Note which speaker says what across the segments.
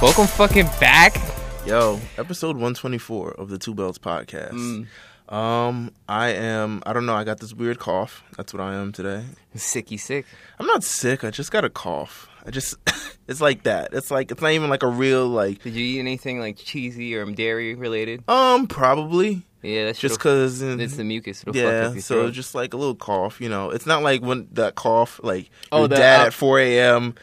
Speaker 1: Welcome fucking back.
Speaker 2: Yo, episode 124 of the Two Belts podcast.
Speaker 1: Mm.
Speaker 2: Um, I am, I don't know, I got this weird cough. That's what I am today.
Speaker 1: Sicky sick.
Speaker 2: I'm not sick, I just got a cough. I just, it's like that. It's like, it's not even like a real, like,
Speaker 1: Did you eat anything like cheesy or dairy related?
Speaker 2: um, probably.
Speaker 1: Yeah, that's
Speaker 2: Just
Speaker 1: true.
Speaker 2: because.
Speaker 1: it's the mucus. It'll fuck up
Speaker 2: Yeah,
Speaker 1: your
Speaker 2: so
Speaker 1: throat.
Speaker 2: just like a little cough, you know. It's not like when that cough, like
Speaker 1: Oh,
Speaker 2: your
Speaker 1: the-
Speaker 2: dad
Speaker 1: uh,
Speaker 2: at 4 a.m.,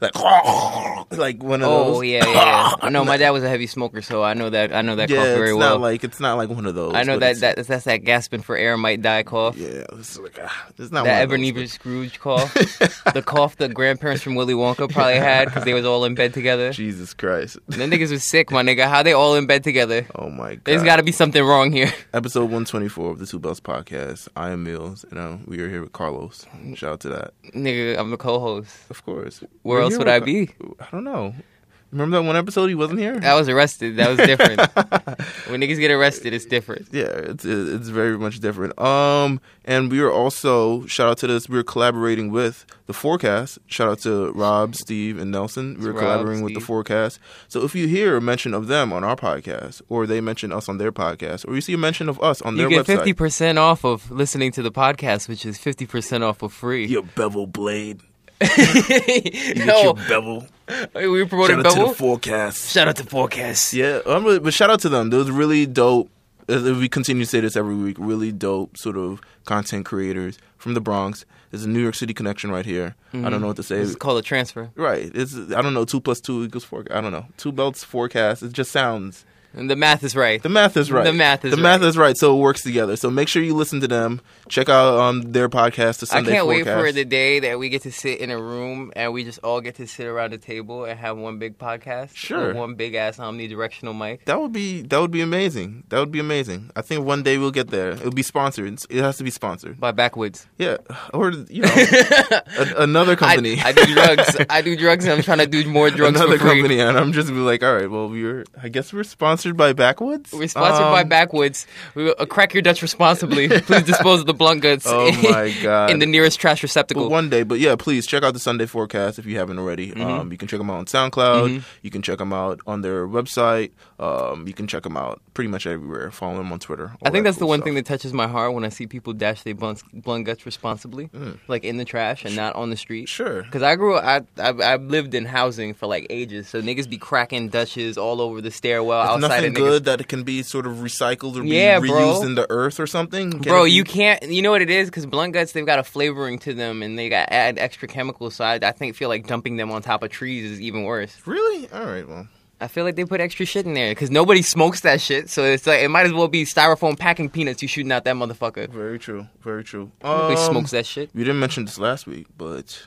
Speaker 2: like, like one of those.
Speaker 1: Oh yeah, yeah. yeah. no, my dad was a heavy smoker, so I know that. I know that
Speaker 2: yeah,
Speaker 1: cough very
Speaker 2: it's
Speaker 1: well.
Speaker 2: not like it's not like one of those.
Speaker 1: I know
Speaker 2: but
Speaker 1: that,
Speaker 2: it's-
Speaker 1: that that's, that's that gasping for air might die cough.
Speaker 2: Yeah, it's like ah, it's not
Speaker 1: That
Speaker 2: one of
Speaker 1: Ebenezer Scrooge cough, the cough the grandparents from Willy Wonka probably had because they was all in bed together.
Speaker 2: those. Jesus Christ!
Speaker 1: Them niggas was sick, my nigga. How they all in bed together?
Speaker 2: Oh my God!
Speaker 1: There's got to be something wrong here.
Speaker 2: Episode one twenty four of the Two Bells podcast. I am Mills, and uh, we are here with Carlos. Shout out to that,
Speaker 1: Nigga, I'm the co-host.
Speaker 2: of course.
Speaker 1: Where
Speaker 2: We're
Speaker 1: else
Speaker 2: here
Speaker 1: would
Speaker 2: with
Speaker 1: I
Speaker 2: Ca-
Speaker 1: be?
Speaker 2: I don't know. Remember that one episode he wasn't here?
Speaker 1: I was arrested. That was different. when niggas get arrested, it's different.
Speaker 2: yeah, it's it's very much different. Um, and we are also shout out to this. We are collaborating with the forecast. Shout out to Rob, Steve, and Nelson. We are
Speaker 1: Rob,
Speaker 2: collaborating with the
Speaker 1: Steve.
Speaker 2: forecast. So if you hear a mention of them on our podcast, or they mention us on their podcast, or you see a mention of us on
Speaker 1: You
Speaker 2: their
Speaker 1: get
Speaker 2: website,
Speaker 1: fifty percent off of listening to the podcast, which is fifty percent off for free.
Speaker 2: your bevel blade, you get
Speaker 1: no,
Speaker 2: your bevel.
Speaker 1: we were promoting
Speaker 2: Shout out to
Speaker 1: Bevel.
Speaker 2: the forecast.
Speaker 1: Shout out to Forecast.
Speaker 2: Yeah, I'm really, but shout out to them. Those really dope. uh, We continue to say this every week. Really dope, sort of content creators from the Bronx. There's a New York City connection right here. I
Speaker 1: Mm-hmm.
Speaker 2: don't know what to say.
Speaker 1: This is called a transfer.
Speaker 2: Right. It's I don't know. Two plus two equals four. I don't know. Two belts forecast. It just sounds.
Speaker 1: And the math is right.
Speaker 2: The math is right.
Speaker 1: The math is
Speaker 2: the math is right. So it works together. So make sure you listen to them. Check out um their podcast. The
Speaker 1: I
Speaker 2: Sunday
Speaker 1: can't wait
Speaker 2: forecast.
Speaker 1: for the day that we get to sit in a room and we just all get to sit around the table and have one big podcast.
Speaker 2: Sure.
Speaker 1: With one big ass omnidirectional mic.
Speaker 2: That would be that would be amazing. That would be amazing. I think one day we'll get there. It'll be sponsored. It has to be sponsored.
Speaker 1: By backwoods.
Speaker 2: Yeah, or you know, a, another
Speaker 1: I,
Speaker 2: company.
Speaker 1: I do drugs. I do drugs and I'm trying to do more drugs
Speaker 2: another
Speaker 1: for free.
Speaker 2: company, and I'm just be like, all right, well, we were. I guess we're sponsored by Backwoods.
Speaker 1: We're sponsored by
Speaker 2: Um,
Speaker 1: Backwoods. We will, uh, crack your Dutch responsibly. Please dispose of the blunt goods
Speaker 2: Oh my God.
Speaker 1: in the nearest trash
Speaker 2: But
Speaker 1: receptacle.
Speaker 2: one day, but yeah, please check out the Sunday forecast if you haven't already.
Speaker 1: Mm-hmm.
Speaker 2: Um, you can check them out on SoundCloud. You can check them out on their website. Um, you can check them out pretty much everywhere. Follow them on Twitter. all
Speaker 1: I think
Speaker 2: that
Speaker 1: that's the
Speaker 2: cool
Speaker 1: one
Speaker 2: stuff.
Speaker 1: thing that touches my heart when I see people dash their blunts, blunt guts responsibly,
Speaker 2: Mm.
Speaker 1: like in the trash and not on the street.
Speaker 2: Sure.
Speaker 1: Because I grew up, I, I I lived in housing for like ages, so niggas be cracking Dutches all over the stairwell outside
Speaker 2: Nothing
Speaker 1: of niggas.
Speaker 2: good that it can be sort of recycled or be
Speaker 1: Yeah, bro.
Speaker 2: reused in the earth or something. Can
Speaker 1: Bro,
Speaker 2: it be-
Speaker 1: you can't. You know what it is? Because blunt guts, they've got a flavoring to them, and they got add extra chemicals. So I, I think feel like dumping them on top of trees is even worse.
Speaker 2: really? All right, well,
Speaker 1: I feel like they put extra shit in there because nobody smokes that shit. So it's like it might as well be styrofoam packing peanuts you shooting out that motherfucker.
Speaker 2: very true, very true.
Speaker 1: Nobody
Speaker 2: Um,
Speaker 1: smokes that shit.
Speaker 2: We didn't mention this last week, but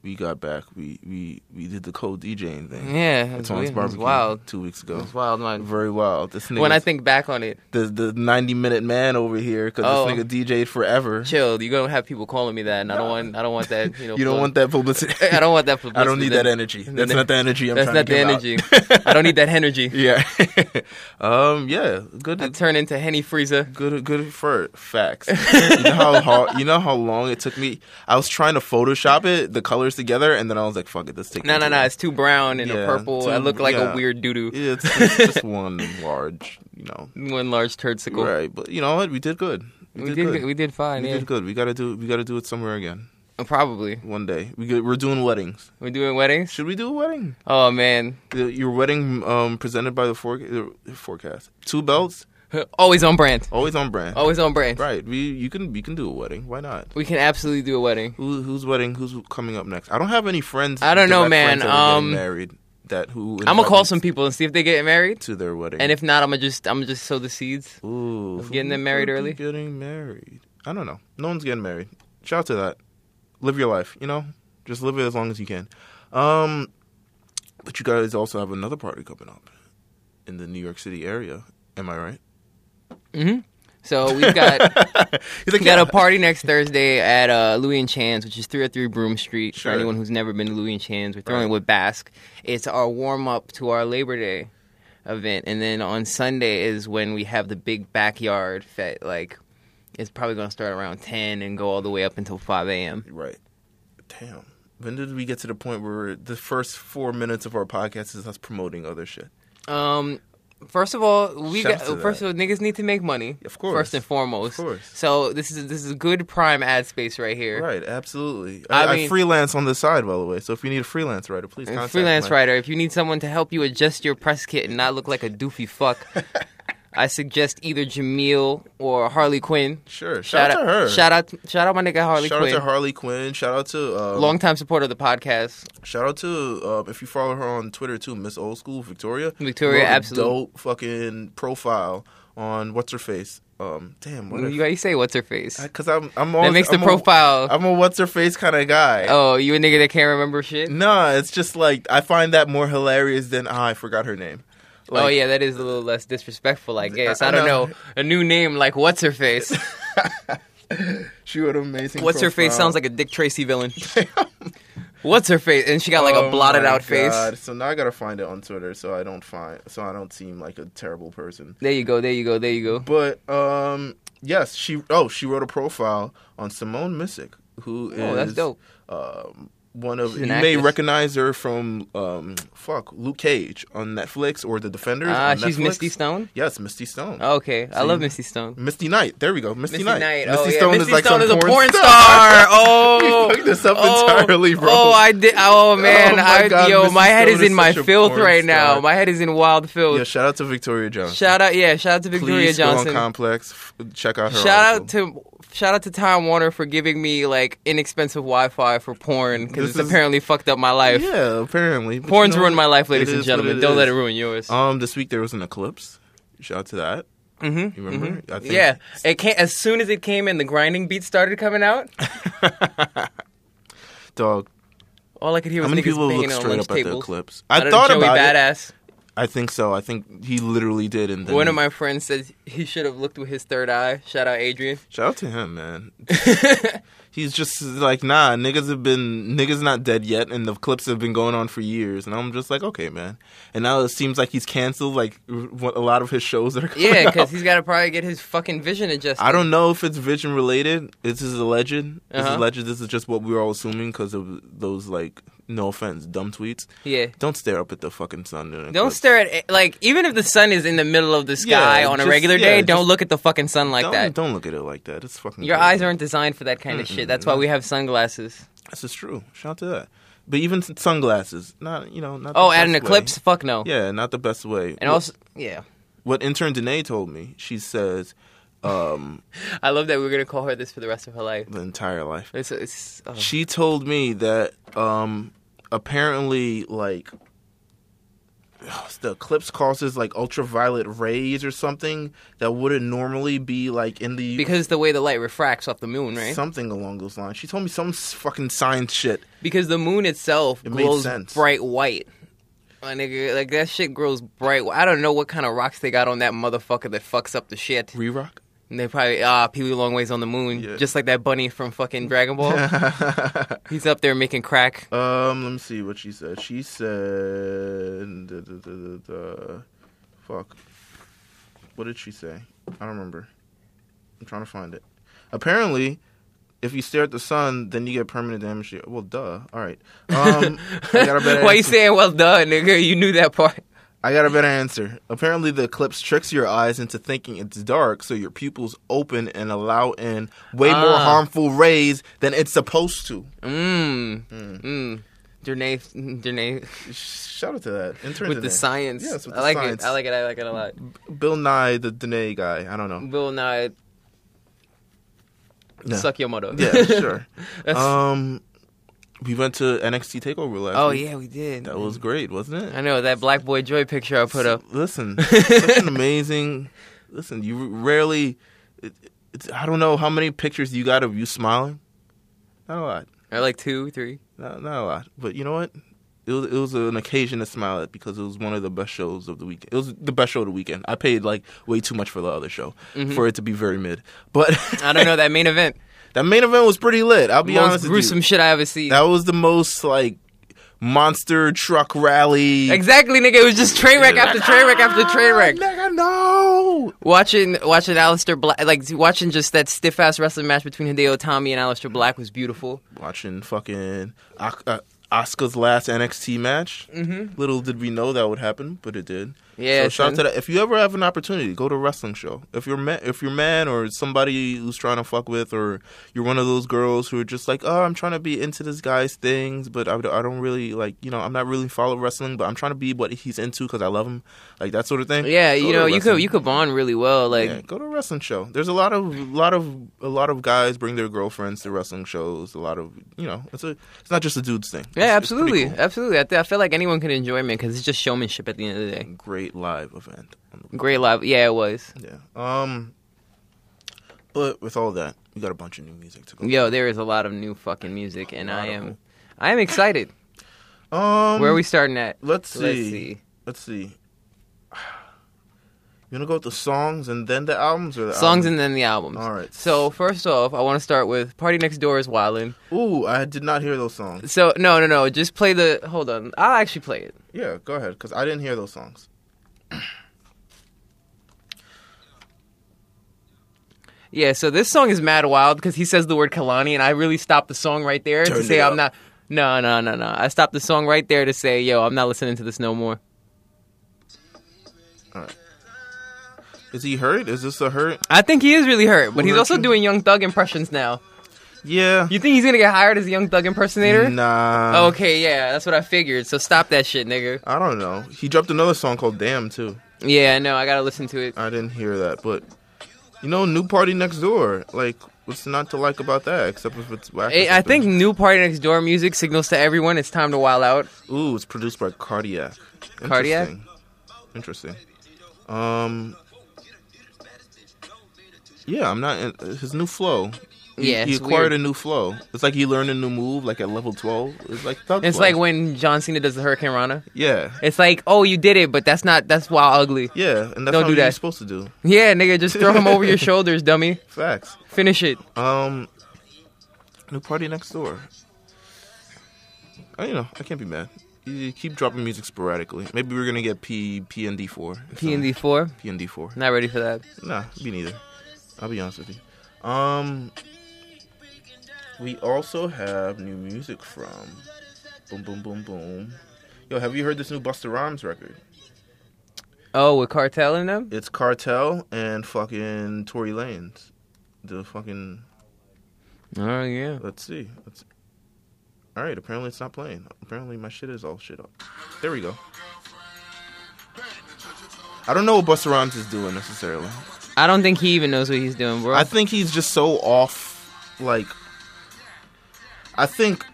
Speaker 2: we got back. We we we did the cold DJing thing.
Speaker 1: Yeah,
Speaker 2: at
Speaker 1: it's
Speaker 2: Tom's
Speaker 1: weird. It's
Speaker 2: barbecue
Speaker 1: wild.
Speaker 2: two weeks ago.
Speaker 1: It's wild, man.
Speaker 2: Very wild. This
Speaker 1: When I
Speaker 2: nigga's-
Speaker 1: think back on it,
Speaker 2: the the ninety minute man over here because
Speaker 1: Oh.
Speaker 2: this nigga DJ'd forever.
Speaker 1: chill. You're gonna have people calling me that, and I don't want. I don't want that. You know,
Speaker 2: You don't want that publicity.
Speaker 1: I don't want that.
Speaker 2: I don't need
Speaker 1: publicity.
Speaker 2: that energy. That's not the energy. I'm
Speaker 1: That's
Speaker 2: trying
Speaker 1: not
Speaker 2: to
Speaker 1: the
Speaker 2: give out.
Speaker 1: energy. I don't need that energy.
Speaker 2: Yeah. um. Yeah. Good.
Speaker 1: I turn into Henny Freezer.
Speaker 2: Good, good for facts. you know how hard, you know how long it took me. I was trying to Photoshop it, the colors together, and then I was like, "Fuck it, let's take."
Speaker 1: No,
Speaker 2: it
Speaker 1: no,
Speaker 2: to
Speaker 1: no.
Speaker 2: it.
Speaker 1: It's too brown and a
Speaker 2: Yeah,
Speaker 1: purple.
Speaker 2: too-
Speaker 1: I look like
Speaker 2: yeah.
Speaker 1: a weird doo doo.
Speaker 2: Yeah, It's, it's just one large, you know.
Speaker 1: One large turdsicle.
Speaker 2: Right, but you know what? We did good. We,
Speaker 1: We
Speaker 2: did,
Speaker 1: did.
Speaker 2: good.
Speaker 1: good- We did fine.
Speaker 2: We
Speaker 1: yeah,
Speaker 2: did good. We gotta do. We gotta do it somewhere again
Speaker 1: probably.
Speaker 2: one day. We go- we're doing weddings.
Speaker 1: We're doing weddings.
Speaker 2: Should we do a wedding?
Speaker 1: Oh man,
Speaker 2: The- Your wedding um, presented by the, fore- the forecast. Two belts,
Speaker 1: always on brand.
Speaker 2: always on brand.
Speaker 1: Always on brand.
Speaker 2: Right. We you can you can do a wedding. Why not?
Speaker 1: We can absolutely do a wedding.
Speaker 2: Who, who's wedding? Who's coming up next? I don't have any friends.
Speaker 1: I don't know,
Speaker 2: direct
Speaker 1: man.
Speaker 2: friends that are getting
Speaker 1: Um,
Speaker 2: married that who
Speaker 1: I'm gonna
Speaker 2: invite
Speaker 1: call
Speaker 2: me
Speaker 1: some people and see if they get married,
Speaker 2: to their wedding.
Speaker 1: and if not, I'm gonna just I'm gonna just sow the seeds.
Speaker 2: Ooh,
Speaker 1: Of getting them
Speaker 2: who
Speaker 1: married
Speaker 2: could be
Speaker 1: early?
Speaker 2: Getting married. I don't know. No one's getting married. Shout out to that. Live your life, you know? Just live it as long as you can. Um but you guys also have another party coming up in the New York City area. Am I right?
Speaker 1: Mm-hmm. So we've got
Speaker 2: He's
Speaker 1: we
Speaker 2: like,
Speaker 1: got
Speaker 2: yeah.
Speaker 1: a party next Thursday at uh, Louis and Chan's, which is 303 Broom Street.
Speaker 2: Sure.
Speaker 1: For anyone who's never been to Louis and Chan's, we're throwing
Speaker 2: Right.
Speaker 1: it with Basque. It's our warm up to our Labor Day event, and then on Sunday is when we have the big backyard fet. Like it's probably gonna start around 10 and go all the way up until 5 a.m.
Speaker 2: Right. Damn. When did we get to the point where the first four minutes of our podcast is us promoting other shit?
Speaker 1: Um, first of all, we
Speaker 2: Shouts
Speaker 1: got,
Speaker 2: to that.
Speaker 1: first of all niggas need to make money.
Speaker 2: Of course.
Speaker 1: first and foremost.
Speaker 2: Of course.
Speaker 1: So this is this is good prime ad space right here.
Speaker 2: Right, absolutely. I,
Speaker 1: I
Speaker 2: I,
Speaker 1: mean-
Speaker 2: freelance on the side, by the way. So if you need a freelance writer, please
Speaker 1: And
Speaker 2: contact
Speaker 1: freelance
Speaker 2: my-
Speaker 1: writer, if you need someone to help you adjust your press kit and not look like a doofy fuck, I suggest either Jameel or Harley Quinn.
Speaker 2: Sure. Shout, out to her.
Speaker 1: Shout out, shout out my nigga Harley
Speaker 2: Shout
Speaker 1: Quinn,
Speaker 2: out to Harley Quinn. Shout out to um,
Speaker 1: longtime supporter of the podcast.
Speaker 2: Shout out to uh, if you follow her on Twitter too, Miss Old School Victoria.
Speaker 1: Victoria,
Speaker 2: Wrote a
Speaker 1: absolute.
Speaker 2: dope fucking profile on what's her face. Um, damn, what?
Speaker 1: You, you say what's her face?
Speaker 2: Because I'm I'm on
Speaker 1: That makes
Speaker 2: I'm
Speaker 1: the profile.
Speaker 2: A, I'm a what's her face kind of guy.
Speaker 1: oh, you a nigga that can't remember shit?
Speaker 2: Nah, it's just like I find that more hilarious than ah, I forgot her name. Like,
Speaker 1: oh yeah, that is a little less disrespectful, I guess.
Speaker 2: I- I
Speaker 1: I don't
Speaker 2: know.
Speaker 1: know a new name like what's her face.
Speaker 2: she wrote an amazing.
Speaker 1: What's her face sounds like a Dick Tracy villain. What's her face? And she got like a blotted out face.
Speaker 2: Oh So now I gotta find it on Twitter, so I don't find, so I don't seem like a terrible person.
Speaker 1: There you go. There you go. There you go.
Speaker 2: But um, yes, she oh she wrote a profile on Simone Missick, who is
Speaker 1: Oh, that's dope.
Speaker 2: Um, one of
Speaker 1: She's
Speaker 2: you
Speaker 1: an
Speaker 2: may
Speaker 1: actress.
Speaker 2: recognize her from um, fuck Luke Cage on Netflix or The Defenders.
Speaker 1: Ah,
Speaker 2: on
Speaker 1: she's
Speaker 2: Netflix.
Speaker 1: Misty Stone.
Speaker 2: Yes, Misty Stone.
Speaker 1: Okay, I
Speaker 2: See?
Speaker 1: love Misty Stone.
Speaker 2: Misty Knight. There we go. Misty,
Speaker 1: Misty
Speaker 2: Knight.
Speaker 1: Knight.
Speaker 2: Misty
Speaker 1: oh, yeah.
Speaker 2: Stone
Speaker 1: Misty
Speaker 2: is like
Speaker 1: Stone
Speaker 2: some
Speaker 1: is a
Speaker 2: porn,
Speaker 1: porn star. Oh,
Speaker 2: We fucked this up
Speaker 1: oh,
Speaker 2: entirely, bro.
Speaker 1: Oh, I did. Oh man,
Speaker 2: Oh, my
Speaker 1: I
Speaker 2: God,
Speaker 1: yo,
Speaker 2: Misty
Speaker 1: my head
Speaker 2: Stone
Speaker 1: is
Speaker 2: is
Speaker 1: in my
Speaker 2: such a
Speaker 1: filth
Speaker 2: porn
Speaker 1: right now.
Speaker 2: star.
Speaker 1: My head is in wild filth.
Speaker 2: Yeah, shout out to Victoria Johnson.
Speaker 1: shout out, yeah, shout out to Victoria
Speaker 2: Please
Speaker 1: Johnson.
Speaker 2: Go on Complex. F- check out her.
Speaker 1: Shout
Speaker 2: article.
Speaker 1: out to shout out to Time Warner for giving me like inexpensive Wi-Fi for porn because
Speaker 2: This
Speaker 1: it's
Speaker 2: is-
Speaker 1: apparently fucked up my life.
Speaker 2: Yeah, apparently. But
Speaker 1: Porn's
Speaker 2: you know
Speaker 1: ruined my life, ladies
Speaker 2: it
Speaker 1: and
Speaker 2: is what
Speaker 1: gentlemen.
Speaker 2: it
Speaker 1: Don't let
Speaker 2: is.
Speaker 1: it ruin yours.
Speaker 2: Um, this week there was an eclipse. Shout out to that.
Speaker 1: Mhm,
Speaker 2: You remember? I think-
Speaker 1: yeah, it came, as soon as it came in, the grinding beat started coming out.
Speaker 2: Dog.
Speaker 1: All I could hear
Speaker 2: How
Speaker 1: was
Speaker 2: many
Speaker 1: niggas
Speaker 2: people
Speaker 1: banging
Speaker 2: look
Speaker 1: on
Speaker 2: straight
Speaker 1: lunch
Speaker 2: up at the
Speaker 1: tables.
Speaker 2: eclipse?
Speaker 1: Out
Speaker 2: I
Speaker 1: of
Speaker 2: thought
Speaker 1: Joey
Speaker 2: about it.
Speaker 1: Badass.
Speaker 2: I think so. I think he literally did. And then
Speaker 1: One of my friends said he should have looked with his third eye. Shout out Adrian.
Speaker 2: shout out to him, man. He's just like, nah, niggas have been niggas not dead yet, and the clips have been going on for years. And I'm just like, okay, man. And now it seems like he's canceled like what- a lot of his shows that are coming
Speaker 1: yeah,
Speaker 2: out.
Speaker 1: because he's got to probably get his fucking vision adjusted.
Speaker 2: I don't know if it's vision related. This is a legend. This is
Speaker 1: Uh-huh.
Speaker 2: a legend. This is just what we were all assuming because of those like, no offense, dumb tweets.
Speaker 1: Yeah.
Speaker 2: Don't stare up at the fucking sun. during an
Speaker 1: Don't
Speaker 2: eclipse.
Speaker 1: stare at like even if the sun is in the middle of the sky
Speaker 2: Yeah,
Speaker 1: on a
Speaker 2: just-
Speaker 1: regular
Speaker 2: yeah,
Speaker 1: day,
Speaker 2: just-
Speaker 1: don't look at the fucking sun like
Speaker 2: don't,
Speaker 1: that.
Speaker 2: Don't look at it like that. It's fucking.
Speaker 1: Your
Speaker 2: crazy.
Speaker 1: eyes aren't designed for that kind of shit. That's why we have sunglasses.
Speaker 2: This is true. Shout out to that. But even s- sunglasses, not you know, not. the
Speaker 1: Oh, at an
Speaker 2: best way.
Speaker 1: eclipse? Fuck no.
Speaker 2: Yeah, not the best way.
Speaker 1: And
Speaker 2: Wh-
Speaker 1: also, yeah.
Speaker 2: what intern Danae told me, she says, um,
Speaker 1: I love that we're gonna call her this for the rest of her life.
Speaker 2: the entire life.
Speaker 1: It's, it's oh.
Speaker 2: She told me that um, apparently, like, the eclipse causes like ultraviolet rays or something that wouldn't normally be like in the
Speaker 1: because the way the light refracts off the moon, right?
Speaker 2: something along those lines. She told me some s- fucking science shit.
Speaker 1: Because the moon itself
Speaker 2: It made
Speaker 1: glows
Speaker 2: sense.
Speaker 1: bright white. My nigga, like that shit grows bright. wh- I don't know what kind of rocks they got on that motherfucker that fucks up the shit.
Speaker 2: Rerock.
Speaker 1: And they probably ah Pee Wee Longways on the moon,
Speaker 2: Yeah.
Speaker 1: just like that bunny from fucking Dragon Ball. He's up there making crack.
Speaker 2: Um, let me see what she said. She said, da, da, da, da, da. "Fuck." What did she say? I don't remember. I'm trying to find it. Apparently, if you stare at the sun, then you get permanent damage. to your- Well, duh. All right. Um, I got a better.
Speaker 1: Why you
Speaker 2: answer.
Speaker 1: saying well done, nigga? You knew that part.
Speaker 2: I got a better answer. Apparently, the eclipse tricks your eyes into thinking it's dark, so your pupils open and allow in way more
Speaker 1: Ah.
Speaker 2: harmful rays than it's supposed to. Hmm.
Speaker 1: Mmm. Mmm. Mm. Dernay, Dernay,
Speaker 2: Shout out to that. Intern
Speaker 1: with the
Speaker 2: today.
Speaker 1: science.
Speaker 2: Yes, with
Speaker 1: I
Speaker 2: the
Speaker 1: like
Speaker 2: science.
Speaker 1: it. I like it. I like it a lot.
Speaker 2: Bill Nye, the Danae guy. I don't know.
Speaker 1: Bill Nye,
Speaker 2: No.
Speaker 1: suck your mother.
Speaker 2: Yeah, sure.
Speaker 1: That's-
Speaker 2: um, we went to NXT Takeover last
Speaker 1: oh
Speaker 2: week.
Speaker 1: yeah, we did.
Speaker 2: that was great, wasn't it?
Speaker 1: I know that Black Boy Joy picture I put up.
Speaker 2: Listen, such an amazing. Listen, you rarely. It, it's, I don't know how many pictures you got of you smiling. Not a lot.
Speaker 1: Or uh, like two, three.
Speaker 2: Not, not a lot. But you know what? It was, it was an occasion to smile at because it was one of the best shows of the weekend. It was the best show of the weekend. I paid like way too much for the other show for it to be very mid. But
Speaker 1: Mm-hmm. I don't know that main event.
Speaker 2: That main event was pretty lit. I'll be
Speaker 1: Most
Speaker 2: honest
Speaker 1: gruesome
Speaker 2: with
Speaker 1: shit I ever seen.
Speaker 2: you. That was the most like monster truck rally.
Speaker 1: exactly, nigga. It was just train wreck after train wreck after train wreck.
Speaker 2: Ah, nigga, no. dude.
Speaker 1: Watching watching Aleister Black, like watching just that stiff ass wrestling match between Hideo Itami and Aleister Black was beautiful.
Speaker 2: Watching fucking uh, Oscar's last NXT match. Mm-hmm. Little did we know that would happen, but it did.
Speaker 1: Yeah,
Speaker 2: So shout out
Speaker 1: son.
Speaker 2: to that. If you ever have an opportunity, go to a wrestling show. If you're ma- if you're man or somebody who's trying to fuck with, or you're one of those girls who are just like, oh, I'm trying to be into this guy's things, but I, would- I don't really like, you know, I'm not really follow wrestling, but I'm trying to be what he's into because I love him, like that sort of thing.
Speaker 1: Yeah,
Speaker 2: Go
Speaker 1: you
Speaker 2: to
Speaker 1: know
Speaker 2: a
Speaker 1: you
Speaker 2: wrestling-
Speaker 1: could you could bond really well. Like
Speaker 2: yeah, go to a wrestling show. There's a lot of lot of a lot of guys bring their girlfriends to wrestling shows. A lot of you know, it's a it's not just a dude's thing.
Speaker 1: Yeah,
Speaker 2: It's- it's pretty
Speaker 1: absolutely,
Speaker 2: cool.
Speaker 1: absolutely. I, th- I feel like anyone can enjoy me because it's just showmanship at the end of the day.
Speaker 2: Great live event. on the-
Speaker 1: Great live, yeah, it was.
Speaker 2: Yeah. Um. But with all that, we got a bunch of new music to go.
Speaker 1: Yo, there is a lot of new fucking music, and I
Speaker 2: Lot of
Speaker 1: am, I am excited.
Speaker 2: Um.
Speaker 1: Where are we starting at?
Speaker 2: Let's see.
Speaker 1: Let's see.
Speaker 2: Let's see. You wanna go with the songs and then the albums or the
Speaker 1: Songs
Speaker 2: albums?
Speaker 1: and then the albums.
Speaker 2: All right.
Speaker 1: So first off, I want to start with "Party Next Door" is wildin'.
Speaker 2: Ooh, I did not hear those songs.
Speaker 1: So no, no, no. Just play the. Hold on. I'll actually play it.
Speaker 2: Yeah, go ahead, because I didn't hear those songs.
Speaker 1: Yeah. So this song is mad wild because he says the word Kalani, and I really stopped the song right there to
Speaker 2: Turn
Speaker 1: say
Speaker 2: it
Speaker 1: I'm
Speaker 2: up.
Speaker 1: not. No, no, no, no. I stopped the song right there to say, yo, I'm not listening to this no more.
Speaker 2: Is he hurt? Is this a hurt?
Speaker 1: I think he is really hurt, but he's
Speaker 2: hurt
Speaker 1: also
Speaker 2: you?
Speaker 1: doing Young Thug impressions now.
Speaker 2: Yeah.
Speaker 1: You think he's gonna get hired as a Young Thug impersonator?
Speaker 2: Nah.
Speaker 1: Okay, yeah, that's what I figured. So stop that shit, nigga.
Speaker 2: I don't know. He dropped another song called Damn too.
Speaker 1: Yeah, no, I gotta listen to it.
Speaker 2: I didn't hear that, but you know, new party next door. Like, what's not to like about that? Except if it's whack. or
Speaker 1: I, I
Speaker 2: something.
Speaker 1: think new party next door music signals to everyone it's time to wild out.
Speaker 2: Ooh, it's produced by Cardiac.
Speaker 1: Cardiac?
Speaker 2: Interesting. Interesting. Um. Yeah, I'm not. In, his new flow. He,
Speaker 1: Yeah,
Speaker 2: he
Speaker 1: it's
Speaker 2: acquired
Speaker 1: weird.
Speaker 2: a new flow. It's like he learned a new move, like at level twelve. It's like thug
Speaker 1: It's
Speaker 2: flow.
Speaker 1: like when John Cena does the Hurricane Rana.
Speaker 2: yeah,
Speaker 1: It's like, oh, you did it, but that's not that's wild ugly.
Speaker 2: yeah, and that's
Speaker 1: Don't
Speaker 2: how
Speaker 1: do
Speaker 2: you're
Speaker 1: that.
Speaker 2: supposed to do.
Speaker 1: Yeah, nigga, just throw him over your shoulders, dummy.
Speaker 2: Facts.
Speaker 1: Finish it.
Speaker 2: Um, new party next door. I, you know, I can't be mad. You- You keep dropping music sporadically. Maybe we're gonna get P P and D four.
Speaker 1: P and D four.
Speaker 2: P and D four.
Speaker 1: Not ready for that.
Speaker 2: Nah, me neither. I'll be honest with you. Um, we also have new music from Boom Boom Boom Boom. Yo, have you heard this new Buster Rhymes record?
Speaker 1: Oh, with Cartel in them?
Speaker 2: It's Cartel and fucking Tory Lanez. The fucking
Speaker 1: Oh yeah.
Speaker 2: Let's see. Let's. All right. Apparently, it's not playing. Apparently, my shit is all shit up. There we go. I don't know what Busta Rhymes is doing necessarily.
Speaker 1: I don't think he even knows what he's doing, bro.
Speaker 2: I think he's just so off. Like, I think,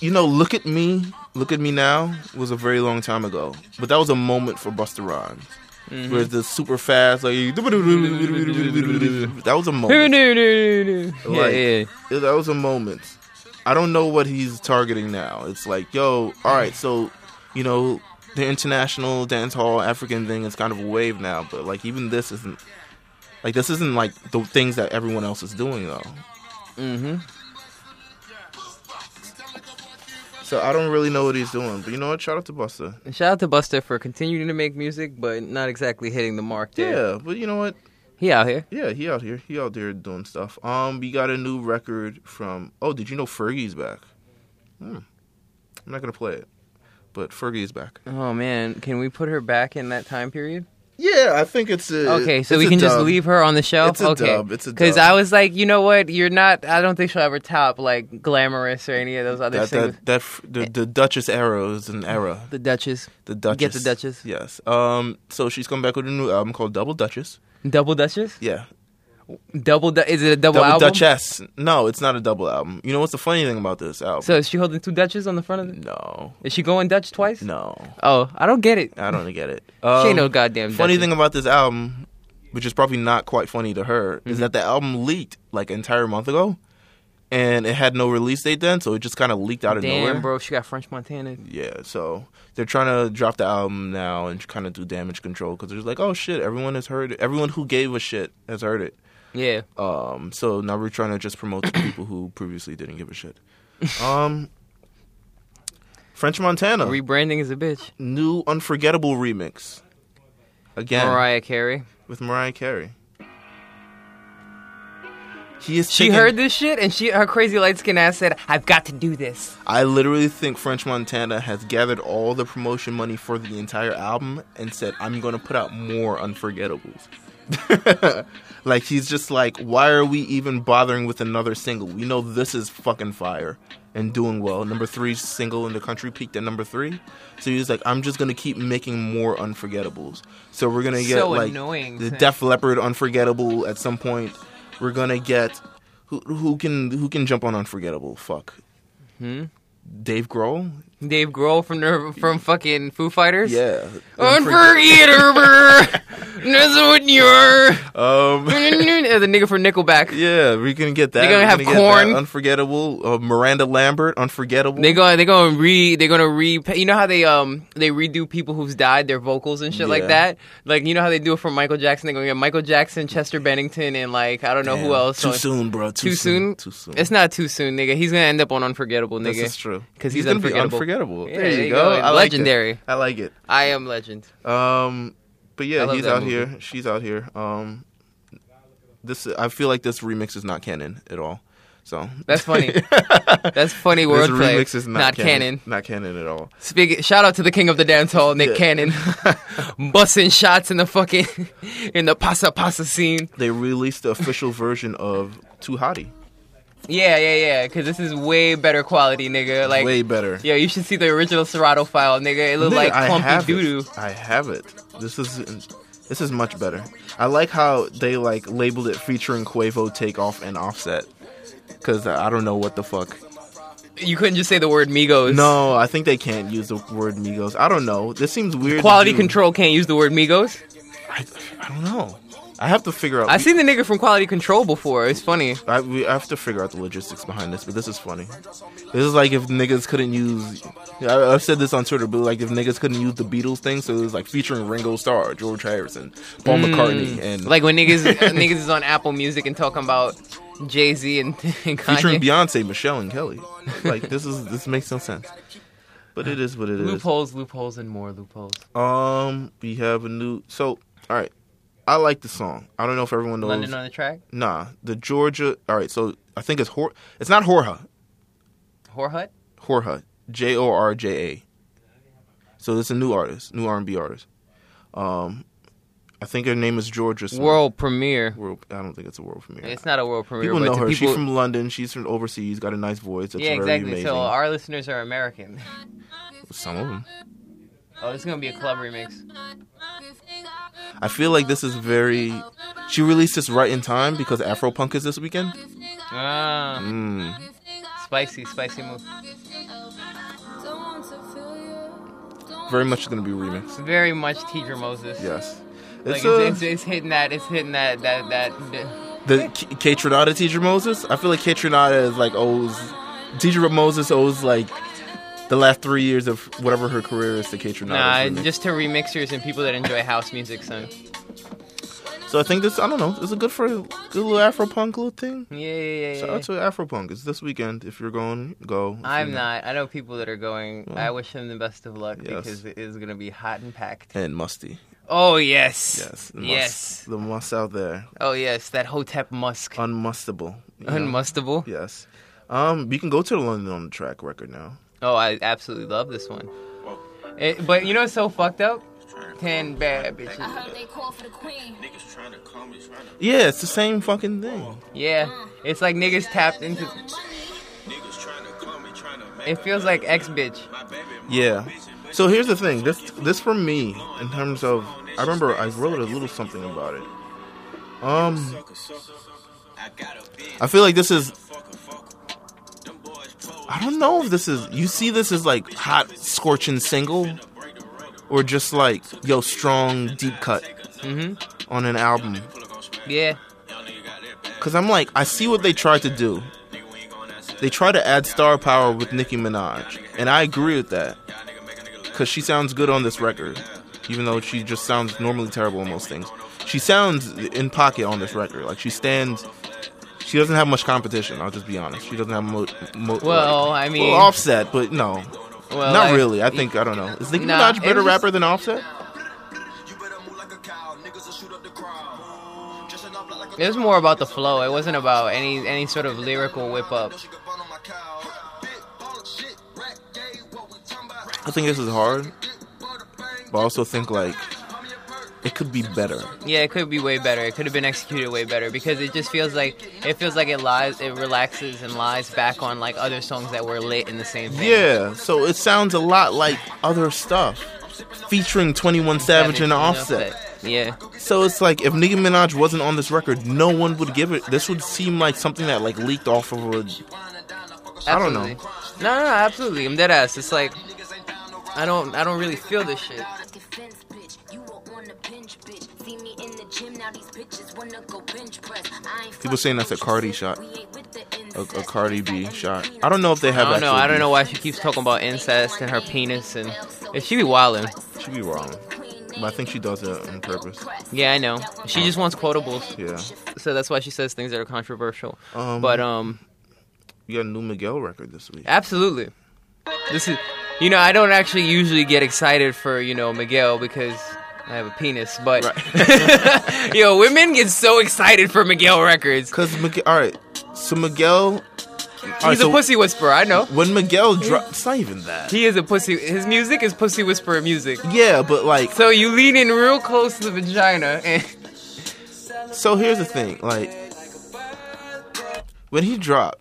Speaker 2: you know, look at me, look at me now was a very long time ago, but that was a moment for Busta Rhymes.
Speaker 1: Mm-hmm.
Speaker 2: Whereas the super fast, like that was a moment.
Speaker 1: yeah,
Speaker 2: Like,
Speaker 1: yeah.
Speaker 2: yeah, that was a moment. I don't know what he's targeting now. It's like, yo, all right, so you know the international dance hall African thing is kind of a wave now, but like even this isn't like this isn't like the things that everyone else is doing though.
Speaker 1: Mm-hmm.
Speaker 2: So I don't really know what he's doing. But you know what? Shout out to Busta.
Speaker 1: Shout out to Buster for continuing to make music, but not exactly hitting the mark there.
Speaker 2: Yeah, but you know what?
Speaker 1: He out here.
Speaker 2: Yeah, he out here. He out there doing stuff. Um, we got a new record from. Oh, did you know Fergie's back? Hmm. I'm not gonna play it, but Fergie's back.
Speaker 1: Oh man, can we put her back in that time period?
Speaker 2: Yeah, I think it's a.
Speaker 1: Okay, so
Speaker 2: it's
Speaker 1: we
Speaker 2: a
Speaker 1: can just
Speaker 2: dub.
Speaker 1: leave her on the shelf.
Speaker 2: It's a
Speaker 1: okay,
Speaker 2: dub, it's a
Speaker 1: because I
Speaker 2: dub.
Speaker 1: was like, you know what? You're not. I don't think she'll ever top like glamorous or any of those other
Speaker 2: that
Speaker 1: singles.
Speaker 2: that, that f- the, the Duchess era is an era.
Speaker 1: The Duchess,
Speaker 2: The Duchess.
Speaker 1: Get the Duchess.
Speaker 2: Yes. Um. So she's come back with a new album called Double Duchess.
Speaker 1: Double Duchess,
Speaker 2: Yeah.
Speaker 1: double. Du- is it a double,
Speaker 2: double
Speaker 1: album?
Speaker 2: Duchess. No, it's not a double album. You know what's the funny thing about this album?
Speaker 1: So is she holding two Duchess on the front of it?
Speaker 2: no,
Speaker 1: Is she going Dutch twice?
Speaker 2: no,
Speaker 1: Oh, I don't get it.
Speaker 2: I don't get it.
Speaker 1: she
Speaker 2: Um,
Speaker 1: ain't no goddamn.
Speaker 2: funny
Speaker 1: Duchess.
Speaker 2: thing about this album, which is probably not quite funny to her,
Speaker 1: Mm-hmm.
Speaker 2: is that the album leaked like an entire month ago, and it had no release date then, so it just kind of leaked out of
Speaker 1: Damn,
Speaker 2: nowhere.
Speaker 1: bro, she got French Montana.
Speaker 2: Yeah, so they're trying to drop the album now and kind of do damage control because they're just like, oh shit, everyone has heard it. Everyone who gave a shit has heard it.
Speaker 1: Yeah.
Speaker 2: Um, so now we're trying to just promote to people who previously didn't give a shit. Um, French Montana, Oh.
Speaker 1: Rebranding is a bitch.
Speaker 2: new unforgettable remix. again
Speaker 1: Mariah Carey.
Speaker 2: with Mariah Carey. He is.
Speaker 1: She
Speaker 2: singing-
Speaker 1: heard this shit and she her crazy light skin ass said, "I've got to do this."
Speaker 2: I literally think French Montana has gathered all the promotion money for the entire album and said, I'm going to put out more Unforgettables. like, he's just like, why are we even bothering with another single? We know this is fucking fire and doing well. Number three single in the country peaked at number three. So he was like, I'm just going to keep making more Unforgettables. So we're going to get
Speaker 1: So
Speaker 2: like
Speaker 1: annoying.
Speaker 2: the Def Leppard Unforgettable at some point. We're going to get. Who, who can who can jump on unforgettable? Fuck, Dave Grohl.
Speaker 1: Dave Grohl from the, from fucking Foo Fighters.
Speaker 2: Yeah.
Speaker 1: Unforgettable. That's what you're.
Speaker 2: Um.
Speaker 1: the nigga from Nickelback.
Speaker 2: Yeah, we can get that.
Speaker 1: They're gonna
Speaker 2: We're
Speaker 1: have
Speaker 2: get that.
Speaker 1: corn.
Speaker 2: Unforgettable. Uh, Miranda Lambert. Unforgettable.
Speaker 1: They gonna they gonna re they gonna re you know how they um they redo people who's died their vocals and shit
Speaker 2: Yeah.
Speaker 1: like that like you know how they do it for Michael Jackson they gonna get Michael Jackson Chester Bennington and like I don't know
Speaker 2: Damn.
Speaker 1: who else
Speaker 2: Too
Speaker 1: on-
Speaker 2: soon, bro. Too,
Speaker 1: too soon
Speaker 2: Too soon.
Speaker 1: it's not too soon nigga he's gonna end up on unforgettable
Speaker 2: this is
Speaker 1: nigga
Speaker 2: true.
Speaker 1: 'Cause he's
Speaker 2: gonna
Speaker 1: unforgettable.
Speaker 2: be unforgettable.
Speaker 1: Yeah,
Speaker 2: there you go. I like it.
Speaker 1: Legendary.
Speaker 2: I like it.
Speaker 1: I am Legend
Speaker 2: Um, but
Speaker 1: I
Speaker 2: yeah,
Speaker 1: love
Speaker 2: he's
Speaker 1: that
Speaker 2: out
Speaker 1: movie.
Speaker 2: here. She's out here. Um, this I feel like this remix is not canon at all. So
Speaker 1: That's funny. that's funny
Speaker 2: this
Speaker 1: wordplay
Speaker 2: remix is not,
Speaker 1: canon.
Speaker 2: Not canon at all.
Speaker 1: Speak, shout out to the king of the dance hall Nick
Speaker 2: Yeah.
Speaker 1: Cannon busting shots in the fucking in the pasa pasa scene
Speaker 2: They released the official version of Too Hottie.
Speaker 1: yeah yeah yeah because this is way better quality nigga like
Speaker 2: Way better.
Speaker 1: Yeah, you should see the original Serato file, nigga. It looked
Speaker 2: Nigga,
Speaker 1: like
Speaker 2: I
Speaker 1: clumpy
Speaker 2: have it.
Speaker 1: doo doo.
Speaker 2: I have it. This is this is much better. I like how they like labeled it featuring Quavo, Takeoff, and Offset. Cause I don't know what the fuck.
Speaker 1: You couldn't just say the word Migos.
Speaker 2: No, I think they can't use the word Migos. I don't know. This seems weird. to
Speaker 1: Quality
Speaker 2: do.
Speaker 1: Control can't use the word Migos.
Speaker 2: I, I don't know. I have to figure out.
Speaker 1: I seen the nigga from Quality Control before. It's funny.
Speaker 2: I, we I have to figure out the logistics behind this, but this is funny. This is like if niggas couldn't use. I, I've said this on Twitter, but like if niggas couldn't use the Beatles thing, so it was like featuring Ringo Starr, George Harrison, Paul McCartney, and
Speaker 1: Hmm. Like when niggas niggas is on Apple Music and talking about Jay Z and, and
Speaker 2: featuring
Speaker 1: Kanye.
Speaker 2: Beyonce, Michelle, and Kelly. Like this is this makes no sense. But it is what it is.
Speaker 1: loopholes, loopholes, and more loopholes.
Speaker 2: Um, we have a new. So all right, I like the song. I don't know if everyone knows.
Speaker 1: London on the track.
Speaker 2: Nah, the Georgia. All right, so I think it's Hor. It's not Horha.
Speaker 1: Whore Hut.
Speaker 2: Horja, J O R J A. So it's a new artist, new R and B artist. Um, I think her name is Georgia. Smith.
Speaker 1: World premiere.
Speaker 2: World. I don't think it's a world premiere.
Speaker 1: It's not a world premiere.
Speaker 2: people
Speaker 1: but
Speaker 2: know
Speaker 1: to
Speaker 2: her.
Speaker 1: People,
Speaker 2: She's from London. She's from overseas. Got a nice voice. That's
Speaker 1: yeah,
Speaker 2: very
Speaker 1: exactly.
Speaker 2: amazing.
Speaker 1: So uh, our listeners are American.
Speaker 2: Some of them.
Speaker 1: Oh, this is gonna be a club remix.
Speaker 2: I feel like this is very. She released this right in time because Afropunk is this weekend.
Speaker 1: Ah,
Speaker 2: Mm.
Speaker 1: spicy, spicy move.
Speaker 2: Very much going to be remixed.
Speaker 1: Very much teacher Moses.
Speaker 2: Yes.
Speaker 1: Like it's,
Speaker 2: It's, uh,
Speaker 1: it's, it's hitting that. It's hitting that. That. That. that-
Speaker 2: the K- K Trinata teacher Moses. I feel like K Trinata is like owes teacher Moses owes like the last three years of whatever her career is to K Trinata.
Speaker 1: Nah,
Speaker 2: remix.
Speaker 1: just to remixers and people that enjoy house music, son.
Speaker 2: so I think this I don't know. It's a good for good little Afro punk little thing.
Speaker 1: Yeah, yeah, yeah.
Speaker 2: Shout
Speaker 1: yeah.
Speaker 2: out to Afro punk. It's this weekend. If you're going, go. If
Speaker 1: I'm
Speaker 2: you're
Speaker 1: not. I know people that are going. I wish them the best of luck
Speaker 2: Mm. Yes.
Speaker 1: because it is gonna be hot and packed.
Speaker 2: And musty.
Speaker 1: Oh yes.
Speaker 2: Yes. the must-
Speaker 1: Yes.
Speaker 2: The must out there.
Speaker 1: Oh yes. That Hotep Musk.
Speaker 2: Unmustable. you know?
Speaker 1: Unmustable.
Speaker 2: Yes. Um, you can go to the London on the track record now.
Speaker 1: Oh, I absolutely love this one. It, but you know what's so fucked up? Ten bad
Speaker 3: I
Speaker 1: bitches.
Speaker 3: heard they call for the queen.
Speaker 4: Niggas trying to call me, trying to.
Speaker 2: Yeah, it's the same fucking thing.
Speaker 1: Yeah. It's like niggas tapped into.
Speaker 4: Niggas trying to call me, trying to make
Speaker 1: It feels like ex bitch.
Speaker 4: my baby. mama
Speaker 2: Yeah.
Speaker 4: bitch and
Speaker 2: So here's the thing. This this for me in terms of I remember I wrote a little something about it. Um
Speaker 4: sucker, sucker. I got a bitch.
Speaker 2: I feel like this is
Speaker 4: Fucker, fucker. Them boys pro.
Speaker 2: I don't know if this is you see this as like hot scorching single
Speaker 4: Break the record.
Speaker 2: or just like yo strong deep cut on an album
Speaker 4: Puller gon' smack.
Speaker 1: Yeah.
Speaker 4: Y'all nigga got that bag.
Speaker 2: cuz I'm like I see what they tried to do.
Speaker 4: Nigga, we ain't going outside.
Speaker 2: They tried to add star power with Nicki Minaj and I agree with that
Speaker 4: Y'all nigga make a nigga laugh.
Speaker 2: cuz she sounds good on this record even though she just sounds normally terrible on most things. She sounds in pocket on this record. Like she stands she doesn't have much competition. I'll just be honest. She doesn't have mo, mo
Speaker 1: Well,
Speaker 2: like-
Speaker 1: I mean-
Speaker 2: well, Offset, but no,
Speaker 1: Well,
Speaker 2: not
Speaker 1: I-
Speaker 2: really. I think I don't know. Is Nicki
Speaker 1: Nah,
Speaker 2: Minaj
Speaker 1: it
Speaker 2: better
Speaker 1: was-
Speaker 2: rapper than Offset?
Speaker 4: You better move like a cop.
Speaker 1: It was more about the flow. It wasn't about any any sort of lyrical whip up.
Speaker 2: I think this is hard, but I also think like it could be better.
Speaker 1: Yeah, it could be way better. It could have been executed way better because it just feels like it feels like it lies, it relaxes and lies back on like other songs that were lit in the same. Thing.
Speaker 2: Yeah, so it sounds a lot like other stuff featuring 21 Savage and Offset.
Speaker 1: Yeah,
Speaker 2: So it's like if Nicki Minaj wasn't on this record, no one would give it. This would seem like something that like leaked off of a. I don't know.
Speaker 1: absolutely. No, no, no, absolutely. I'm dead ass. It's like I don't, I don't really feel this shit.
Speaker 3: Defense, bitch. You were on the bench, bitch. See me in the gym now. These bitches wanna go bench press. I ain't
Speaker 2: People saying that's a Cardi shot. A, a Cardi B shot. I don't know if they
Speaker 1: I
Speaker 2: have.
Speaker 1: don't know.
Speaker 2: actual
Speaker 1: I don't know
Speaker 2: beef.
Speaker 1: why she keeps talking about incest and her penis and and she be wilding.
Speaker 2: She be wrong, but I think she does it on purpose.
Speaker 1: Yeah, I know. She just wants quotables,
Speaker 2: Oh. Yeah,
Speaker 1: so that's why she says things that are controversial.
Speaker 2: Um,
Speaker 1: but um,
Speaker 2: we got a new Miguel record this week.
Speaker 1: Absolutely. This is, you know, I don't actually usually get excited for, you know, Miguel because I have a penis, but yo, women get so excited for Miguel records.
Speaker 2: Cause Miguel, all right, so Miguel. He's
Speaker 1: He's a pussy whisperer, I know.
Speaker 2: When Miguel dropped, it's not even that.
Speaker 1: He is a pussy. His music is pussy whisperer music.
Speaker 2: Yeah, but like,
Speaker 1: So you lean in real close to the vagina, and
Speaker 2: so here's the thing, like, when he dropped,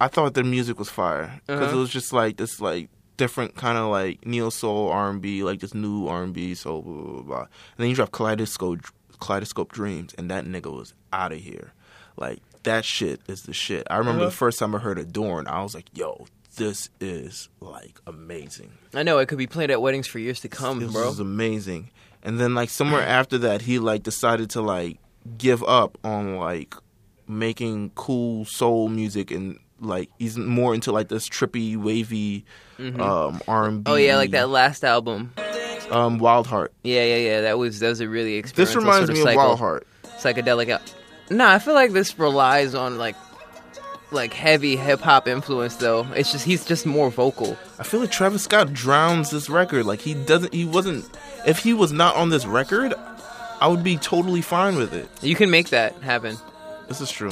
Speaker 2: I thought their music was fire because
Speaker 1: Uh-huh.
Speaker 2: it was just like this, like different kind of like neo soul R and B, like this new R and B soul, blah blah blah. blah. And then he dropped Kaleidoscope, Kaleidoscope Dreams, and that nigga was out of here. Like that shit is the shit. I remember the first time I heard Adorn, I was like, yo, this is like amazing.
Speaker 1: I know it could be played at weddings for years to come,
Speaker 2: This
Speaker 1: bro.
Speaker 2: was amazing. And then like somewhere after that, he like decided to like give up on like making cool soul music and like he's more into like this trippy, wavy um, R and B.
Speaker 1: Mm-hmm. Oh yeah, like that last album.
Speaker 2: um, Wild Heart.
Speaker 1: Yeah, yeah, yeah. That was that was a really
Speaker 2: This
Speaker 1: experimental
Speaker 2: reminds
Speaker 1: sort
Speaker 2: me
Speaker 1: of
Speaker 2: of
Speaker 1: cycle.
Speaker 2: Wild Heart.
Speaker 1: psychedelic. al- No, I feel like this relies on like like heavy hip hop influence though. It's just he's just more vocal.
Speaker 2: I feel like Travis Scott drowns this record. Like he doesn't. He wasn't. If he was not on this record, I would be totally fine with it.
Speaker 1: You can make that happen.
Speaker 2: This is true.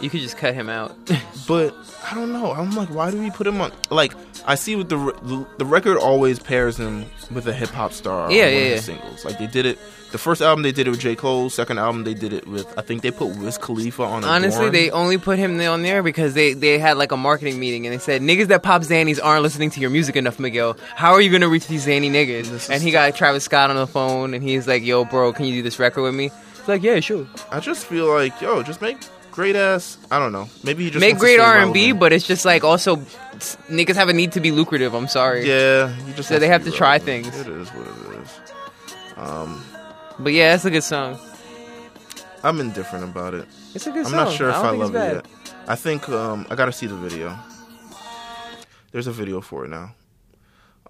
Speaker 1: You could just cut him out.
Speaker 2: but I don't know. I'm like, why do we put him on? Like, I see what the re- the, the record always pairs him with a hip hop star. on
Speaker 1: Yeah,
Speaker 2: one
Speaker 1: yeah,
Speaker 2: of the
Speaker 1: yeah.
Speaker 2: Singles like they did it. The first album they did it with J Cole. Second album they did it with I think they put Wiz Khalifa on.
Speaker 1: Honestly,
Speaker 2: Adorn.
Speaker 1: they only put him on there because they they had like a marketing meeting and they said niggas that pop Zannies aren't listening to your music enough, Miguel. How are you gonna reach these Zanny niggas?
Speaker 2: is-
Speaker 1: And he got Travis Scott on the phone and he's like, "Yo, bro, can you do this record with me?" He's like, "Yeah, sure."
Speaker 2: I just feel like yo, just make great ass. I don't know. Maybe he just
Speaker 1: Make
Speaker 2: wants to
Speaker 1: great
Speaker 2: stay
Speaker 1: R and B,
Speaker 2: relevant.
Speaker 1: but it's just like also s- niggas have a need to be lucrative. I'm sorry.
Speaker 2: yeah, he just
Speaker 1: So they
Speaker 2: wants
Speaker 1: have to try
Speaker 2: relevant.
Speaker 1: things.
Speaker 2: It is what it is.
Speaker 1: But yeah, that's a good song.
Speaker 2: I'm indifferent about it.
Speaker 1: It's a good
Speaker 2: I'm
Speaker 1: song.
Speaker 2: not sure if
Speaker 1: don't
Speaker 2: I,
Speaker 1: think it's
Speaker 2: love it
Speaker 1: bad.
Speaker 2: yet. I think um, I gotta see the video. There's a video for it now.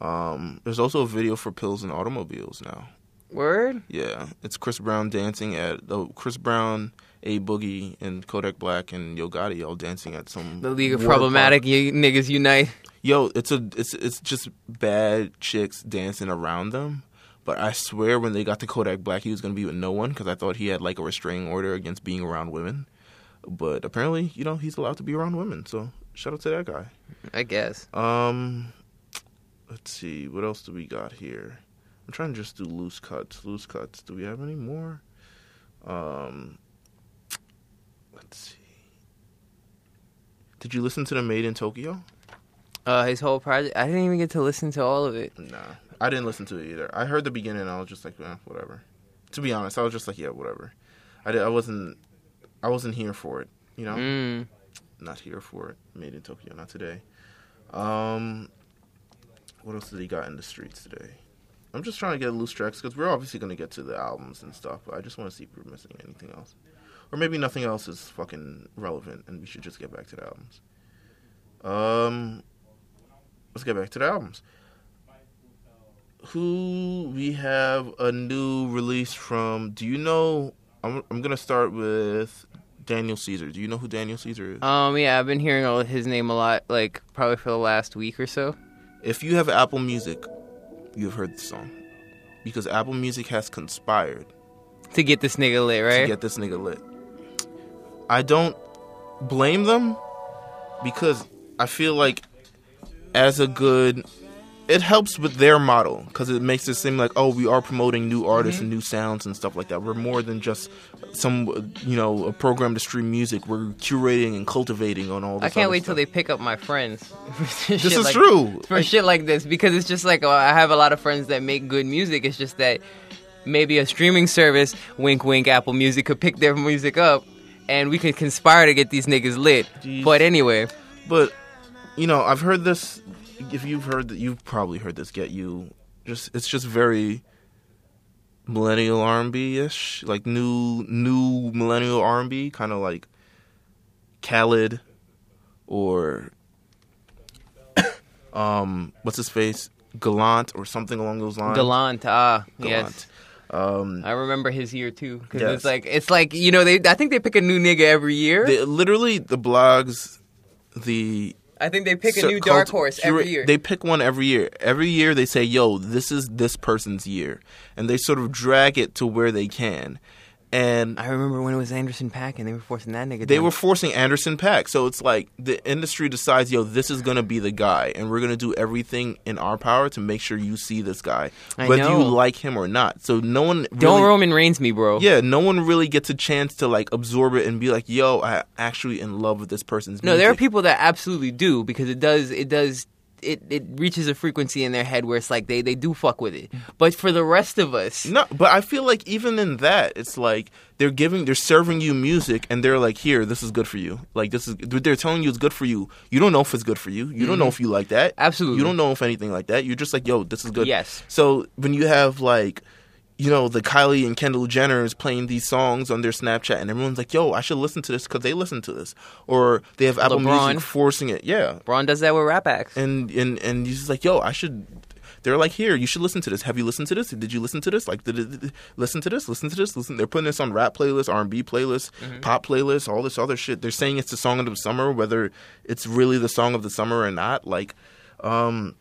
Speaker 2: Um, there's also a video for Pills and Automobiles now.
Speaker 1: Word?
Speaker 2: Yeah, it's Chris Brown dancing at the Chris Brown, A Boogie, and Kodak Black and Yo Gotti all dancing at some
Speaker 1: The League of
Speaker 2: water park.
Speaker 1: Problematic you Niggas Unite.
Speaker 2: Yo, it's a it's it's just bad chicks dancing around them. But I swear, when they got to Kodak Black, he was gonna be with no one because I thought he had like a restraining order against being around women. But apparently, you know, he's allowed to be around women. So shout out to that guy.
Speaker 1: I guess.
Speaker 2: Um, let's see, what else do we got here? I'm trying to just do loose cuts. Loose cuts. Do we have any more? Um, let's see. Did you listen to the Made in Tokyo?
Speaker 1: Uh, his whole project. I didn't even get to listen to all of it.
Speaker 2: Nah, I didn't listen to it either. I heard the beginning, and I was just like, eh, whatever. To be honest, I was just like, yeah, whatever. I, did, I wasn't, I wasn't here for it. You know,
Speaker 1: Mm.
Speaker 2: not here for it. Made in Tokyo, not today. Um, what else did he got in the streets today? I'm just trying to get loose tracks because we're obviously gonna get to the albums and stuff, but I just want to see if we're missing anything else, or maybe nothing else is fucking relevant, and we should just get back to the albums. Um, let's get back to the albums. Who we have a new release from? Do you know? I'm I'm gonna start with Daniel Caesar. Do you know who Daniel Caesar is?
Speaker 1: Um, yeah, I've been hearing all his name a lot, like probably for the last week or so.
Speaker 2: If you have Apple Music, you have heard the song. Because Apple Music has conspired
Speaker 1: To get this nigga lit,
Speaker 2: to
Speaker 1: right?
Speaker 2: get this nigga lit. I don't blame them because I feel like as a good it helps with their model because it makes it seem like oh we are promoting new artists
Speaker 1: Mm-hmm.
Speaker 2: and new sounds and stuff like that we're more than just some you know a program to stream music we're curating and cultivating on all this
Speaker 1: I can't
Speaker 2: other
Speaker 1: wait till
Speaker 2: stuff.
Speaker 1: they pick up my friends. this
Speaker 2: is true.
Speaker 1: For shit like this, because it's just like uh, I have a lot of friends that make good music. It's just that maybe a streaming service, wink, wink, Apple Music, could pick their music up, and we could conspire to get these niggas lit.
Speaker 2: Jeez.
Speaker 1: But anyway,
Speaker 2: But you know, I've heard this. If you've heard that, you've probably heard this. Get you just it's just very millennial R and B ish, like new new millennial R and B, kind of like Khaled or um what's his face Gallant or something along those lines.
Speaker 1: Gallant, ah,
Speaker 2: Gallant.
Speaker 1: yes, I remember his year too. Because
Speaker 2: Yes.
Speaker 1: it's like it's like you know they. I think they pick a new nigga every year.
Speaker 2: They, literally, the blogs, the
Speaker 1: I think they pick a
Speaker 2: cer-
Speaker 1: new dark
Speaker 2: cult-
Speaker 1: horse
Speaker 2: cura-
Speaker 1: every year.
Speaker 2: They pick one every year. Every year they say, "Yo, this is this person's year," and they sort of drag it to where they can. And
Speaker 1: I remember when it was Anderson Paak and they were forcing that nigga.
Speaker 2: they
Speaker 1: down.
Speaker 2: were forcing Anderson Pack, so it's like the industry decides, "Yo, this is gonna be the guy, and we're gonna do everything in our power to make sure you see this guy,
Speaker 1: I
Speaker 2: whether
Speaker 1: know.
Speaker 2: you like him or not." So no one really,
Speaker 1: Don't Roman Reigns me, bro.
Speaker 2: Yeah, no one really gets a chance to like absorb it and be like, "Yo, I actually in love with this person's."
Speaker 1: No, there are
Speaker 2: music."
Speaker 1: people that absolutely do because it does it does it, it reaches a frequency in their head where it's like they, they do fuck with it. But for the rest of us,
Speaker 2: No, but I feel like even in that, it's like they're giving, they're serving you music, and they're like, "Here, this is good for you." Like this is, they're telling you it's good for you. You don't know if it's good for you. You don't know if you like that.
Speaker 1: Mm-hmm. Absolutely.
Speaker 2: You don't know if anything like that. You're just like, "Yo, this is good."
Speaker 1: Yes.
Speaker 2: So when you have like, you know, the Kylie and Kendall Jenners playing these songs on their Snapchat, and everyone's like, "Yo, I should listen to this because they listen to this," or they have Apple
Speaker 1: LeBron.
Speaker 2: Music forcing it. Yeah
Speaker 1: Braun does that with rap acts.
Speaker 2: and and and he's just like, yo, I should. They're like, here, you should listen to this. Have you listened to this? Did you listen to this? Like, did, did, did- listen to this, listen to this, listen. They're putting this on rap playlists, R and B playlists,
Speaker 1: Mm-hmm.
Speaker 2: pop playlists, all this other shit. They're saying it's the song of the summer, whether it's really the song of the summer or not. Like, um,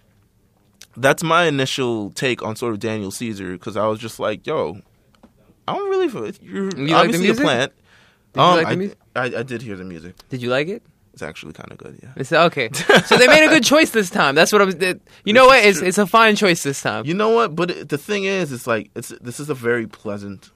Speaker 2: that's my initial take on sort of Daniel Caesar because I was just like, yo, I don't really. f- You're
Speaker 1: like the
Speaker 2: obviously a
Speaker 1: music?
Speaker 2: plant.
Speaker 1: you
Speaker 2: um,
Speaker 1: like the
Speaker 2: I,
Speaker 1: music?
Speaker 2: I, I did hear the music.
Speaker 1: Did you like it?
Speaker 2: It's actually kind of good. Yeah.
Speaker 1: It's okay. so they made a good choice this time. That's what I was. That, you know
Speaker 2: This
Speaker 1: what?
Speaker 2: is
Speaker 1: It's
Speaker 2: true.
Speaker 1: it's a fine choice this time.
Speaker 2: You know what? But it, the thing is, it's like it's this is a very pleasant.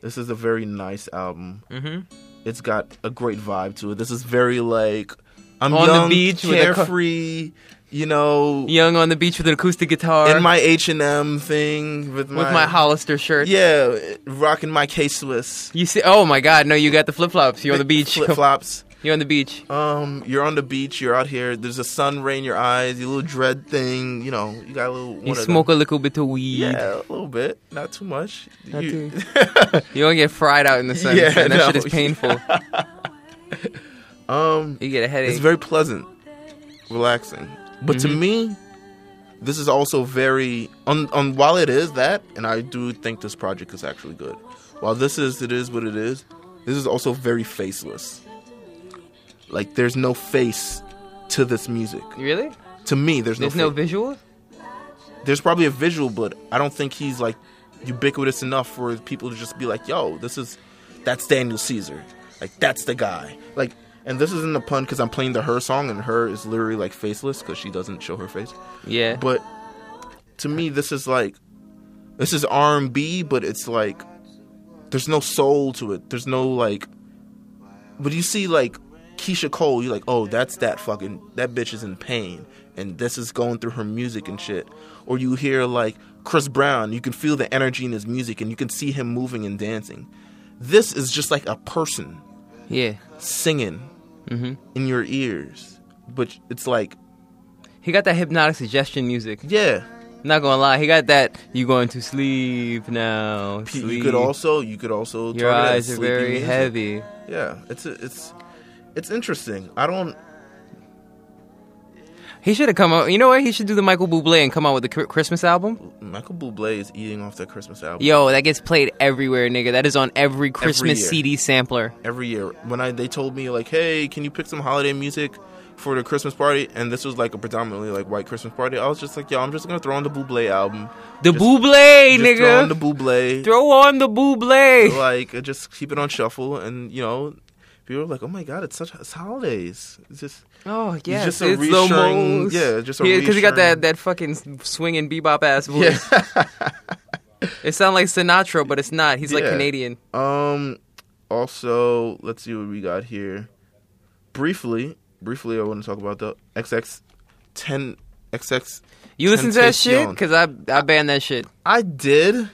Speaker 2: This is a very nice album.
Speaker 1: hmm
Speaker 2: It's got a great vibe to it. This is very like I'm
Speaker 1: On the
Speaker 2: young,
Speaker 1: beach with a co-
Speaker 2: carefree, you know,
Speaker 1: Young on the beach with an acoustic guitar
Speaker 2: in my H and M thing with my
Speaker 1: with my Hollister shirt.
Speaker 2: yeah, rocking my K Swiss
Speaker 1: You see? Oh my God! No, you got the flip flops. You're on the beach.
Speaker 2: flip flops.
Speaker 1: You're on the beach.
Speaker 2: Um, you're on the beach. You're out here. There's a sun ray in your eyes. Your little dread thing. You know, you got a little.
Speaker 1: You
Speaker 2: one of
Speaker 1: smoke
Speaker 2: them.
Speaker 1: a little bit of weed.
Speaker 2: Yeah, a little bit, not too much.
Speaker 1: Not
Speaker 2: You-
Speaker 1: You don't get fried out in the sun.
Speaker 2: Yeah,
Speaker 1: son. that
Speaker 2: no.
Speaker 1: shit is painful.
Speaker 2: um,
Speaker 1: You get a headache.
Speaker 2: It's very pleasant, relaxing. But
Speaker 1: Mm-hmm.
Speaker 2: to me, this is also very on on while it is that, and I do think this project is actually good. While this is it is what it is, this is also very faceless. Like there's no face to this music.
Speaker 1: really?
Speaker 2: To me, there's no
Speaker 1: There's no
Speaker 2: fa-
Speaker 1: visual.
Speaker 2: there's probably a visual, but I don't think he's like ubiquitous enough for people to just be like, "Yo, this is that's Daniel Caesar, like that's the guy." Like, and this isn't a pun because I'm playing the her song, and her is literally like faceless because she doesn't show her face.
Speaker 1: Yeah.
Speaker 2: But to me, this is like this is R and B, but it's like there's no soul to it. There's no like. But you see, like Keisha Cole, you're like, oh, that's that fucking that bitch is in pain, and this is going through her music and shit. Or you hear like Chris Brown, you can feel the energy in his music, and you can see him moving and dancing. This is just like a person
Speaker 1: yeah.
Speaker 2: singing in your ears, but it's like,
Speaker 1: He got that hypnotic suggestion music.
Speaker 2: yeah,
Speaker 1: Not gonna lie, he got that. You going to sleep now?
Speaker 2: P-
Speaker 1: Sleep.
Speaker 2: You could also you could also
Speaker 1: Your
Speaker 2: target it as
Speaker 1: eyes are
Speaker 2: sleeping
Speaker 1: very
Speaker 2: music.
Speaker 1: heavy.
Speaker 2: Yeah, it's a, it's it's interesting. I don't.
Speaker 1: He should have come out. You know what? He should do the Michael Bublé and come out with the Cr- Christmas album.
Speaker 2: Michael Bublé is eating off that Christmas album
Speaker 1: Yo, that gets played everywhere, nigga. That is on every Christmas
Speaker 2: year.
Speaker 1: CD sampler.
Speaker 2: every year. When I they told me like, hey, can you pick some holiday music for the Christmas party? And this was like a predominantly like white Christmas party. I was just like, yo, I'm just gonna throw on the Bublé album.
Speaker 1: The
Speaker 2: Just-
Speaker 1: Bublé,
Speaker 2: just
Speaker 1: nigga.
Speaker 2: throw on the Bublé.
Speaker 1: Throw on the Bublé.
Speaker 2: like just keep it on shuffle and you know people are like, "Oh my god, it's such it's holidays." It's just
Speaker 1: Oh yeah,
Speaker 2: just
Speaker 1: it's
Speaker 2: a
Speaker 1: Lil
Speaker 2: reassuring-
Speaker 1: Mos.
Speaker 2: yeah, just a
Speaker 1: yeah, because he got
Speaker 2: reassuring-
Speaker 1: that that fucking swinging bebop ass voice. It sounds like Sinatra, but it's not. He's like
Speaker 2: Yeah.
Speaker 1: Canadian.
Speaker 2: Um. Also, let's see what we got here. Briefly, briefly, I want to talk about the XX ten XX.
Speaker 1: You listen to that shit?
Speaker 2: Temptation.
Speaker 1: Because I I banned that shit.
Speaker 2: I did,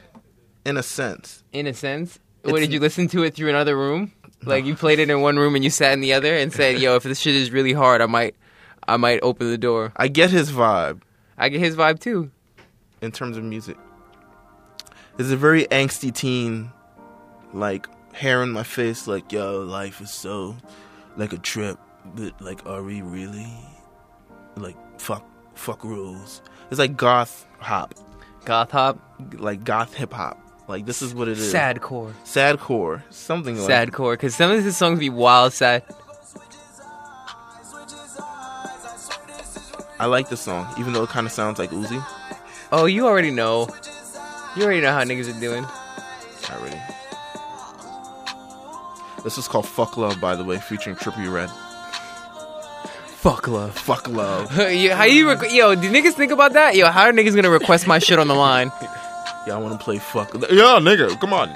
Speaker 2: in a sense.
Speaker 1: In a sense, what
Speaker 2: It's-
Speaker 1: did you listen to it through another room? Like you played it in one room and you sat in the other and said, "Yo, if this shit is really hard, I might, I might open the door."
Speaker 2: I get his vibe
Speaker 1: I get his vibe too.
Speaker 2: in terms of music. It's a very angsty teen, like hair in my face, like yo, life is so like a trip, but like, are we really? Like fuck, fuck rules. It's like goth hop.
Speaker 1: Goth hop,
Speaker 2: like goth hip hop. Like this is what it is.
Speaker 1: sad core,
Speaker 2: Sad core. Something like
Speaker 1: sad core. Because some of his songs be wild sad.
Speaker 2: I like this song, even though it kinda sounds like Uzi.
Speaker 1: Oh, you already know. You already know how niggas are doing.
Speaker 2: Not really. This is called Fuck Love, by the way, featuring Trippy Red.
Speaker 1: Fuck love.
Speaker 2: Fuck Love.
Speaker 1: Yo, how you requ- yo? Do niggas think about that? Yo, how are niggas gonna request my shit on the line?
Speaker 2: Y'all wanna play fuck Yeah, nigga, come on.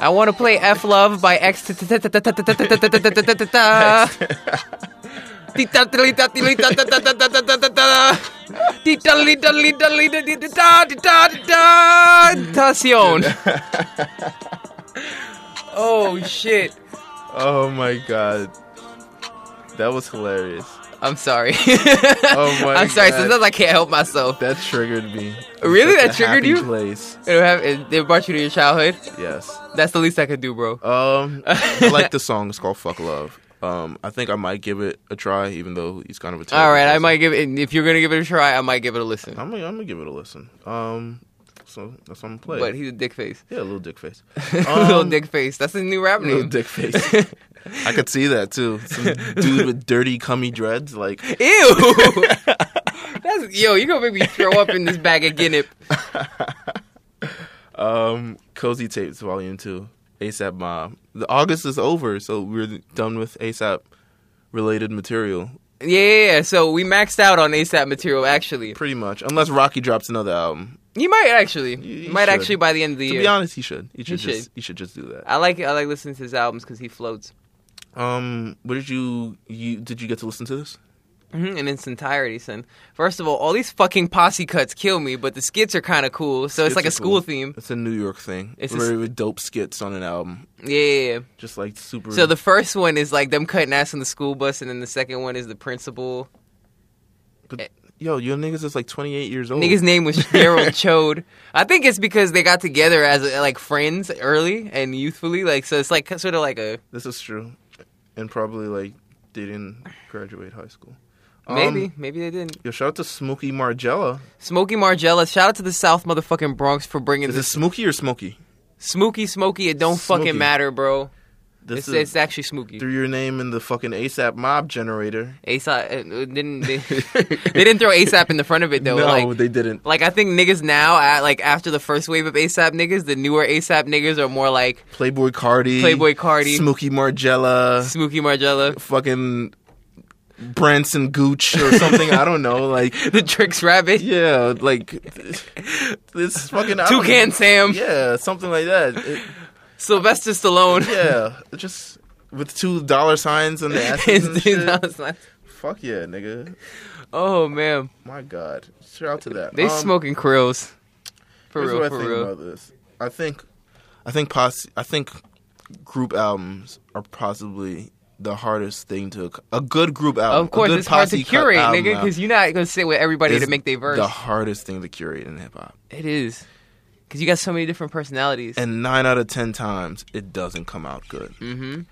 Speaker 1: I want to play F Love by X. t- t- t- t- t- t- t- t- t- t- t- t- t- ta. Tentacion. Oh shit.
Speaker 2: Oh my god. That was hilarious.
Speaker 1: I'm sorry.
Speaker 2: Oh my
Speaker 1: I'm sorry.
Speaker 2: God.
Speaker 1: Sometimes I can't help myself.
Speaker 2: That triggered me.
Speaker 1: Really?
Speaker 2: Such
Speaker 1: That
Speaker 2: a
Speaker 1: triggered
Speaker 2: happy
Speaker 1: you?
Speaker 2: Place.
Speaker 1: It, have- it- it brought you to your childhood.
Speaker 2: Yes.
Speaker 1: That's the least I could do, bro.
Speaker 2: Um, I like the song. It's called "Fuck Love." Um, I think I might give it a try, even though he's kind of a. terrible
Speaker 1: All right, I
Speaker 2: person.
Speaker 1: might give it. If you're gonna give it a try, I might give it a listen.
Speaker 2: I'm gonna, I'm gonna give it a listen. Um, so that's what I'm gonna play.
Speaker 1: But he's a dick face.
Speaker 2: yeah, little dick face.
Speaker 1: little
Speaker 2: Um,
Speaker 1: dick face. That's his new rap name.
Speaker 2: Little dick face. I could see that too. Some dude with dirty cummy dreads, like
Speaker 1: Ew. That's yo. You gonna make me throw up in this bag of guinea.
Speaker 2: um, cozy tapes, volume two, ASAP Mob. The August is over, so we're done with ASAP related material,
Speaker 1: Yeah, yeah, yeah. So we maxed out on ASAP material. Actually,
Speaker 2: pretty much. Unless Rocky drops another album.
Speaker 1: he might actually.
Speaker 2: You- you
Speaker 1: might
Speaker 2: should.
Speaker 1: actually by the end of the
Speaker 2: To
Speaker 1: year.
Speaker 2: be honest, he should. He should
Speaker 1: should.
Speaker 2: just. He should just do that.
Speaker 1: I like I like listening to his albums because he floats
Speaker 2: Um, what did you you did you get to listen to this?
Speaker 1: hmm in its entirety. Son, first of all, all these fucking posse cuts kill me, but the skits are kind of cool. So it's like a
Speaker 2: are
Speaker 1: school
Speaker 2: cool.
Speaker 1: theme.
Speaker 2: It's a New York thing.
Speaker 1: It's
Speaker 2: It's
Speaker 1: a
Speaker 2: very dope skits on an album,
Speaker 1: Yeah, yeah, yeah.
Speaker 2: just like super.
Speaker 1: So the first one is like them cutting ass on the school bus, and then the second one is the principal.
Speaker 2: but, yo, your niggas is like twenty eight years old.
Speaker 1: Nigga's name was Daryl Chode. I think it's because they got together as like friends early and youthfully, like so. It's like sort of like a
Speaker 2: this is true, and probably like they didn't graduate high school. Um,
Speaker 1: maybe, maybe they didn't.
Speaker 2: Yo, shout out to Smokey Margella.
Speaker 1: Smokey Margella, shout out to the South motherfucking Bronx for bringing
Speaker 2: Is it
Speaker 1: this
Speaker 2: Smokey or Smokey?
Speaker 1: Smokey Smokey. It don't
Speaker 2: Smokey.
Speaker 1: fucking matter, bro.
Speaker 2: This
Speaker 1: it's,
Speaker 2: is
Speaker 1: it's actually Smokey.
Speaker 2: threw your name in the fucking ASAP mob generator.
Speaker 1: ASAP uh, uh, didn't they, they didn't throw ASAP in the front of it though.
Speaker 2: no,
Speaker 1: like,
Speaker 2: they didn't.
Speaker 1: Like I think niggas now, at, like after the first wave of ASAP niggas, the newer ASAP niggas are more like
Speaker 2: Playboy Cardi,
Speaker 1: Playboy Cardi.
Speaker 2: Smokey Margella,
Speaker 1: Smokey Margella,
Speaker 2: fucking Branson Gooch or something. I don't know. Like,
Speaker 1: the Tricks Rabbit,
Speaker 2: yeah, like this fucking I don't-
Speaker 1: Toucan Sam,
Speaker 2: Yeah, something like that. It-
Speaker 1: Sylvester Stallone.
Speaker 2: yeah, just with two dollar signs on the asses. and shit. Fuck yeah, nigga.
Speaker 1: oh man,
Speaker 2: My God, shout out to that.
Speaker 1: they
Speaker 2: Um,
Speaker 1: smoking krills. For
Speaker 2: here's
Speaker 1: real,
Speaker 2: what I
Speaker 1: for
Speaker 2: think
Speaker 1: real.
Speaker 2: about this. I think, I think posse, I think group albums are possibly the hardest thing to ac- a good group album.
Speaker 1: Of course,
Speaker 2: a good
Speaker 1: it's hard to
Speaker 2: posse cut
Speaker 1: curate,
Speaker 2: album
Speaker 1: nigga,
Speaker 2: now
Speaker 1: because you're not gonna sit with everybody to
Speaker 2: is
Speaker 1: make their verse.
Speaker 2: The hardest thing to curate in hip hop.
Speaker 1: It is because you got so many different personalities.
Speaker 2: and nine out of ten times it doesn't come out good.
Speaker 1: mm-hmm.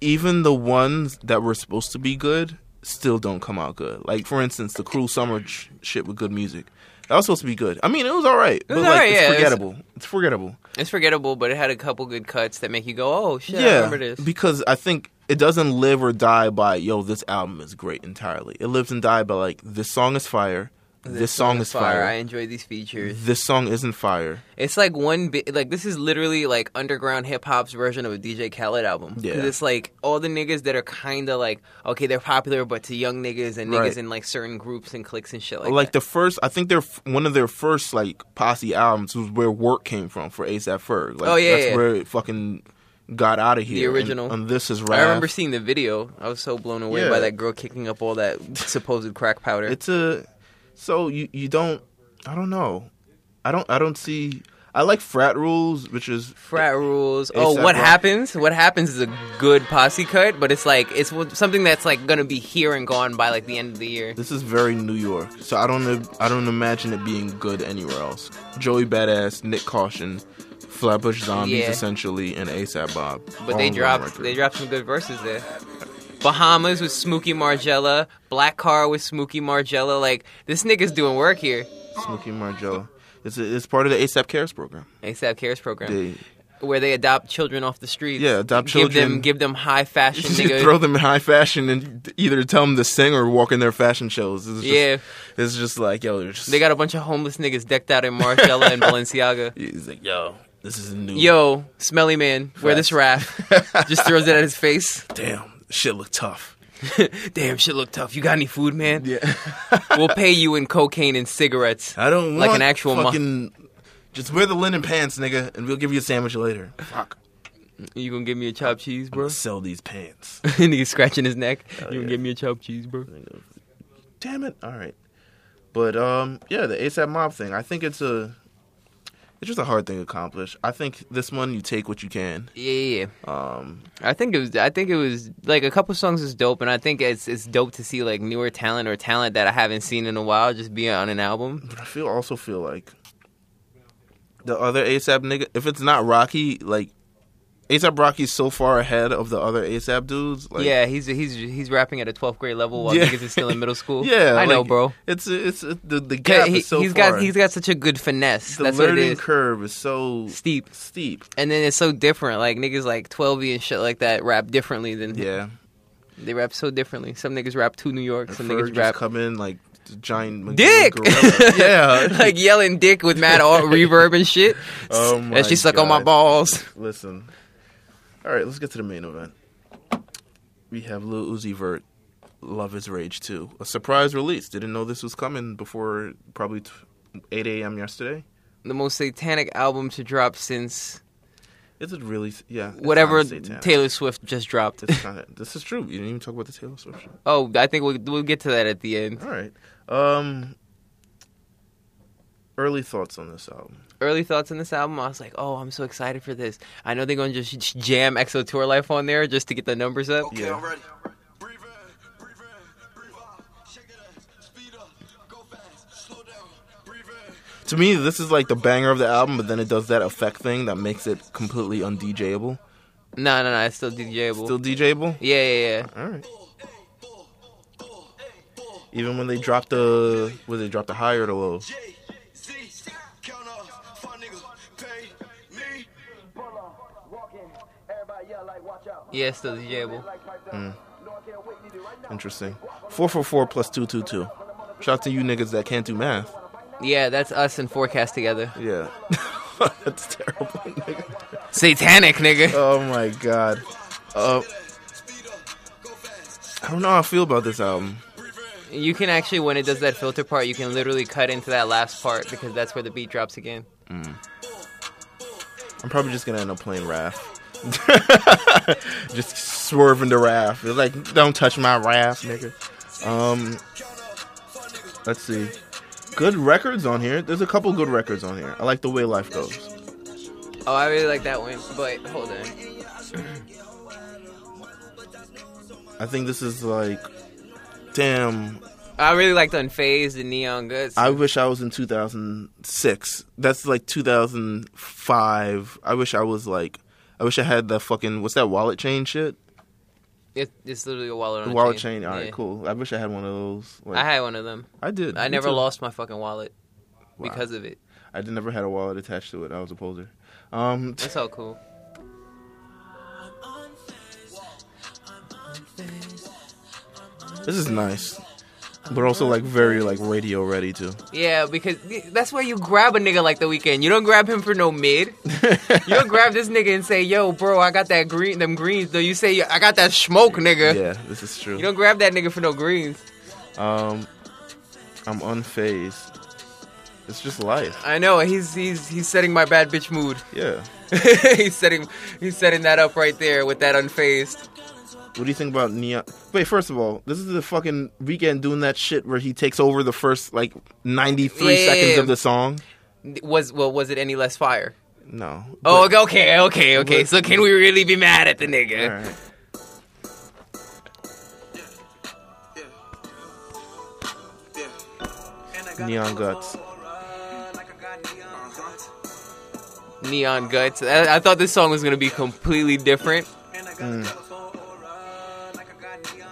Speaker 2: Even the ones that were supposed to be good still don't come out good. Like for instance, the Cruel Summer sh- shit with good music. That was supposed to be good. I mean, it was all right, but
Speaker 1: was
Speaker 2: like
Speaker 1: all right,
Speaker 2: it's
Speaker 1: yeah, it was-
Speaker 2: forgettable. It's forgettable.
Speaker 1: It's forgettable, but it had a couple good cuts that make you go, "Oh shit, I
Speaker 2: Yeah,
Speaker 1: remember this."
Speaker 2: because I think it doesn't live or die by yo. This album is great entirely. It lives and dies by like this song is fire. This, song, is fire.
Speaker 1: I enjoy these features.
Speaker 2: This song isn't fire.
Speaker 1: It's like one bit, like this is literally like underground hip hop's version of a DJ Khaled album. 'Cause
Speaker 2: Yeah.
Speaker 1: it's like all the niggas that are kind of like okay, they're popular, but to young niggas and niggas
Speaker 2: Right.
Speaker 1: in like certain groups and cliques and shit like,
Speaker 2: Like,
Speaker 1: that.
Speaker 2: the first, I think they're one of their first like posse albums was where Work came from for ASAP Ferg. Like,
Speaker 1: Oh, yeah,
Speaker 2: that's
Speaker 1: yeah.
Speaker 2: where it fucking got out of here. and-
Speaker 1: original.
Speaker 2: And, this is
Speaker 1: I
Speaker 2: rap.
Speaker 1: remember seeing the video. I was so blown away by
Speaker 2: Yeah.
Speaker 1: that girl kicking up all that supposed crack powder.
Speaker 2: It's a so you you don't I don't know. I don't I don't see I like frat rules, which is
Speaker 1: Frat rules. oh,
Speaker 2: A$AP
Speaker 1: what
Speaker 2: Rocky.
Speaker 1: happens? What happens is a good posse cut, but it's like it's w- something that's like gonna be here and gone by like the end of the year.
Speaker 2: This is very New York, so I don't I don't imagine it being good anywhere else. Joey Badass, Nick Caution, Flatbush Zombies,
Speaker 1: Yeah.
Speaker 2: essentially, and ASAP Bob.
Speaker 1: But they dropped they dropped some good verses there. Bahamas with Smokey Margella, Black Car with Smokey Margella. Like this nigga's doing work here.
Speaker 2: Smokey Margella. It's it's part of the ASAP Cares program.
Speaker 1: ASAP Cares E program,
Speaker 2: They
Speaker 1: where they adopt children off the streets.
Speaker 2: Yeah, adopt
Speaker 1: give
Speaker 2: children.
Speaker 1: Them, give them high fashion niggas.
Speaker 2: throw them in high fashion and either tell them to sing or walk in their fashion shows. It's just,
Speaker 1: Yeah.
Speaker 2: it's just like yo, they're just,
Speaker 1: they got a bunch of homeless niggas decked out in Margella and Balenciaga.
Speaker 2: He's like yo, this is new.
Speaker 1: Yo, smelly man, wear this wrap. Just throws it at his face.
Speaker 2: damn, shit look tough.
Speaker 1: Damn, shit look tough. You got any food, man?
Speaker 2: Yeah.
Speaker 1: We'll pay you in cocaine and cigarettes.
Speaker 2: I don't
Speaker 1: Like
Speaker 2: want
Speaker 1: an actual mo-
Speaker 2: fucking. just wear the linen pants, nigga, and we'll give you a sandwich later. Fuck,
Speaker 1: You gonna give me a chopped cheese, bro?
Speaker 2: sell these pants.
Speaker 1: Nigga scratching his neck. you
Speaker 2: yeah.
Speaker 1: gonna give me a chopped cheese, bro?
Speaker 2: Damn it! All right, but um, yeah, the ASAP Mob thing. I think it's a, it's just a hard thing to accomplish. I think this one you take what you can.
Speaker 1: Yeah, yeah. yeah.
Speaker 2: Um,
Speaker 1: I think it was. I think it was like a couple songs is dope, and I think it's it's dope to see like newer talent or talent that I haven't seen in a while just be on an album.
Speaker 2: but I feel also feel like the other ASAP nigga, if it's not Rocky, like ASAP Rocky's so far ahead of the other ASAP dudes. Like,
Speaker 1: yeah, he's he's he's rapping at a 12th grade level while
Speaker 2: Yeah.
Speaker 1: niggas is still in middle school.
Speaker 2: yeah,
Speaker 1: I know,
Speaker 2: like,
Speaker 1: bro.
Speaker 2: It's it's the the
Speaker 1: Yeah,
Speaker 2: gap
Speaker 1: he,
Speaker 2: is so
Speaker 1: has
Speaker 2: far.
Speaker 1: got he's got such a good finesse.
Speaker 2: the
Speaker 1: That's what it
Speaker 2: learning
Speaker 1: is.
Speaker 2: curve is so
Speaker 1: Steep.
Speaker 2: steep.
Speaker 1: And then it's so different. Like niggas like 12e and shit like that rap differently than
Speaker 2: Yeah,
Speaker 1: they rap so differently. Some niggas rap to New York. Some
Speaker 2: Ferg
Speaker 1: niggas
Speaker 2: just
Speaker 1: rap
Speaker 2: come in like the giant
Speaker 1: Dick!
Speaker 2: gorilla. yeah,
Speaker 1: like yelling dick with mad all reverb and shit.
Speaker 2: Oh my
Speaker 1: and she suck on my
Speaker 2: God.
Speaker 1: balls.
Speaker 2: Listen. All right, let's get to the main event. We have Lil Uzi Vert, Love is Rage 2. A surprise release. Didn't know this was coming before probably t- 8 a.m. yesterday.
Speaker 1: The most satanic album to drop since
Speaker 2: Is it really? s- Yeah. it's
Speaker 1: whatever
Speaker 2: kinda satanic.
Speaker 1: Taylor Swift just dropped.
Speaker 2: It's kinda, this is true. You didn't even talk about the Taylor Swift shit.
Speaker 1: oh, I think we'll, we'll get to that at the end.
Speaker 2: All right. Um, early thoughts on this album.
Speaker 1: Early thoughts on this album, I was like, oh, I'm so excited for this. I know they're going to just jam EXO Tour Life on there just to get the numbers up.
Speaker 2: Okay, Yeah. I'm
Speaker 5: ready. Breathe in, breathe in, breathe out. Shake it up, speed up, go fast, slow down. Breathe in.
Speaker 2: To me, this is like the banger of the album, but then it does that effect thing that makes it completely undjable.
Speaker 1: No, no, no, it's still DJable.
Speaker 2: Still DJable.
Speaker 1: yeah, yeah, yeah.
Speaker 2: All right. Even when they dropped the, was they dropped the high or the low?
Speaker 5: J, Z, count up, fun nigga, pay me.
Speaker 1: Yeah, it's still DJable.
Speaker 2: Interesting. Four four four plus two two two. Shout out to you niggas that can't do math.
Speaker 1: Yeah, that's us and Forecast together.
Speaker 2: Yeah, that's terrible. Nigga.
Speaker 1: Satanic, nigga.
Speaker 2: Oh my god. Uh, I don't know how I feel about this album.
Speaker 1: You can actually, when it does that filter part, you can literally cut into that last part because that's where the beat drops again.
Speaker 2: I'm probably just gonna end up playing Raph. just swerving the Raph. It's like, don't touch my Raph, nigga. Um, let's see. Good records on here. There's a couple good records on here. I like the way life goes.
Speaker 1: Oh, I really like that one, but hold on.
Speaker 2: I think this is like, damn.
Speaker 1: I really liked Unfazed and Neon Guts.
Speaker 2: I wish I was in 2006. That's like 2005. I wish I was like, I wish I had that fucking what's that wallet chain shit?
Speaker 1: It, it's literally a wallet on
Speaker 2: The
Speaker 1: a
Speaker 2: wallet chain. All right,
Speaker 1: Yeah.
Speaker 2: cool. I wish I had one of those. Like,
Speaker 1: I had one of them.
Speaker 2: I did.
Speaker 1: I
Speaker 2: Me
Speaker 1: never
Speaker 2: too.
Speaker 1: lost my fucking wallet
Speaker 2: Wow.
Speaker 1: because of it.
Speaker 2: I did, never had a wallet attached to it. I was a poser. Um,
Speaker 1: That's all cool.
Speaker 2: this is nice. but also like very like radio ready too.
Speaker 1: Yeah, because that's why you grab a nigga like the weekend. You don't grab him for no mid. You'll grab this nigga and say, "Yo, bro, I got that green, them greens." Though you say, "I got that smoke, nigga."
Speaker 2: Yeah, this is true.
Speaker 1: You don't grab that nigga for no greens.
Speaker 2: Um, I'm unfazed. It's just life.
Speaker 1: I know he's he's he's setting my bad bitch mood.
Speaker 2: Yeah.
Speaker 1: he's setting he's setting that up right there with that unfazed.
Speaker 2: What do you think about Neon? Wait, first of all, this is the fucking weekend doing that shit where he takes over the first like 93
Speaker 1: Yeah.
Speaker 2: seconds of the song.
Speaker 1: Was well, was it any less fire?
Speaker 2: No.
Speaker 1: Oh,
Speaker 2: But-
Speaker 1: okay, okay, okay.
Speaker 2: but-
Speaker 1: So can we really be mad at the nigga?
Speaker 2: all right. Neon guts. Uh-huh.
Speaker 1: Neon guts. I, I thought this song was gonna be completely different.
Speaker 2: Mm.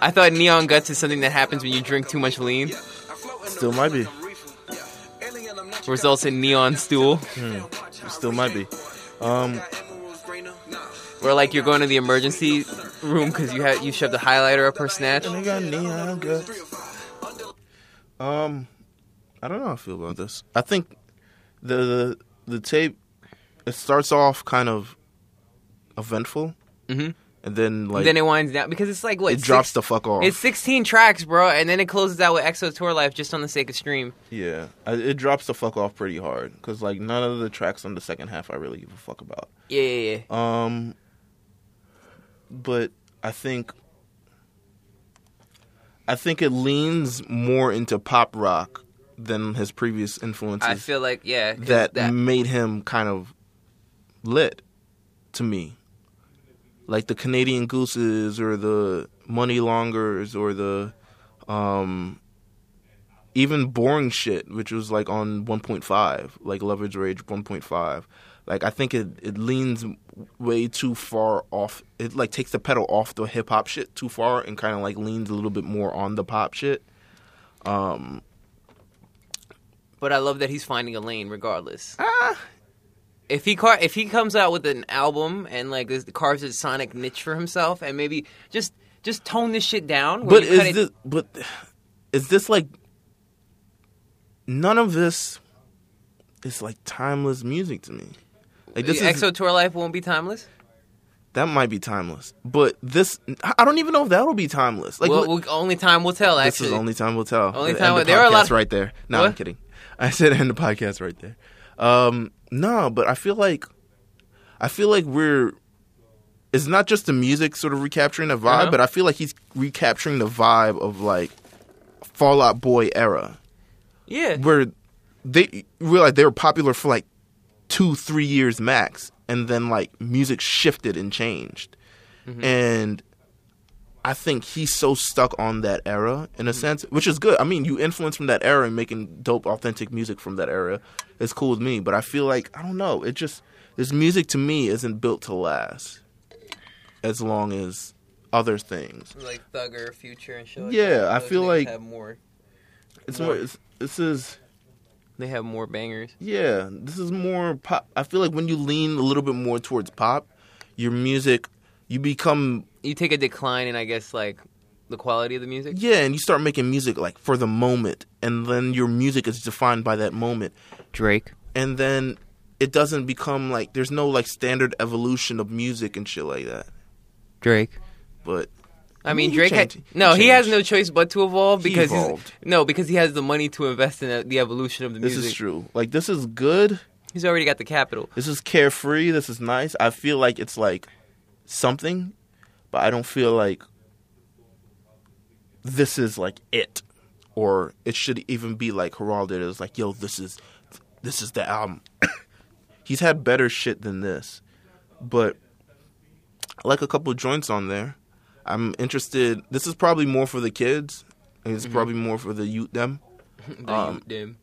Speaker 1: I thought neon guts is something that happens when you drink too much lean,
Speaker 2: Still might be.
Speaker 1: results in neon stool,
Speaker 2: Hmm. Still might be. Um,
Speaker 1: where like you're going to the emergency room because you had you shoved a highlighter up her snatch.
Speaker 2: they got neon guts. Um, I don't know how I feel about this. I think the the, the tape it starts off kind of eventful,
Speaker 1: Mhm.
Speaker 2: and then like
Speaker 1: then it winds down because it's like what
Speaker 2: it drops
Speaker 1: six-
Speaker 2: the fuck off.
Speaker 1: It's 16 tracks, bro, and then it closes out with EXO Tour Life just on the sake of stream.
Speaker 2: Yeah, I, it drops the fuck off pretty hard because like none of the tracks on the second half I really give a fuck about.
Speaker 1: Yeah, yeah, yeah.
Speaker 2: Um, but I think I think it leans more into pop rock than his previous influences
Speaker 1: I feel like yeah 'cause
Speaker 2: that, made him kind of lit to me. Like the Canadian Gooses or the Money Longers or the um even boring shit, which was like on 1.5, like Lover's Rage 1.5. Like I think it, it leans way too far off. It like takes the pedal off the hip hop shit too far and kind of like leans a little bit more on the pop shit.
Speaker 1: but I love that he's finding a lane regardless.
Speaker 2: Ah.
Speaker 1: If he car- if he comes out with an album and like this, carves a sonic niche for himself and maybe just just tone this shit down. where
Speaker 2: But
Speaker 1: you cut
Speaker 2: is
Speaker 1: it-
Speaker 2: this but is this like none of this is like timeless music to me. Like this is
Speaker 1: EXO tour life won't be timeless?
Speaker 2: that might be timeless, but this I I don't even know if that'll be timeless. Like
Speaker 1: well,
Speaker 2: look,
Speaker 1: we'll- only time will tell.
Speaker 2: this
Speaker 1: Actually,
Speaker 2: is only time will tell.
Speaker 1: Only
Speaker 2: End
Speaker 1: time
Speaker 2: the
Speaker 1: will- there are a lot
Speaker 2: podcast
Speaker 1: of-
Speaker 2: right there. No, I'm
Speaker 1: What?
Speaker 2: kidding. I said end the podcast right there. Um, no, but I feel like I feel like we're it's not just the music sort of recapturing the vibe,
Speaker 1: Uh-huh.
Speaker 2: but I feel like he's recapturing the vibe of like Fallout Boy era
Speaker 1: yeah.
Speaker 2: where they realized they were popular for like two, three years max, and then like music shifted and changed. And I think he's so stuck on that era in a sense, which is good. I mean, you influence from that era and making dope, authentic music from that era is cool with me. But I feel like I don't know. It just this music to me isn't built to last as long as other things.
Speaker 1: Like Thugger, Future, and shit.
Speaker 2: like Yeah, that. I Those feel niggas like- have
Speaker 1: have more.
Speaker 2: It's more. It's, this is.
Speaker 1: They have more bangers.
Speaker 2: Yeah, this is more pop. I feel like when you lean a little bit more towards pop, your music, you become
Speaker 1: You take a decline in, I guess, like the quality of the music.
Speaker 2: yeah, and you start making music like for the moment, and then your music is defined by that moment,
Speaker 1: Drake.
Speaker 2: and then it doesn't become like there's no like standard evolution of music and shit like that.
Speaker 1: Drake.
Speaker 2: But
Speaker 1: I mean,
Speaker 2: he
Speaker 1: Drake had
Speaker 2: changed- he
Speaker 1: no. He has
Speaker 2: changed.
Speaker 1: no choice but to evolve
Speaker 2: He
Speaker 1: because he's-
Speaker 2: evolved.
Speaker 1: no, because he has the money to invest in uh, the- the evolution of the
Speaker 2: this
Speaker 1: music.
Speaker 2: is true. Like this is good.
Speaker 1: He's already got the capital.
Speaker 2: This is carefree. This is nice. I feel like it's like something, but I don't feel like this is like it, or it should even be like Geraldo did. It's like, yo, this is this is the album. He's had better shit than this, but I like a couple joints on there. I'm interested. This is probably more for the kids. And it's probably more for the youth them
Speaker 1: The
Speaker 2: Um,
Speaker 1: youth him.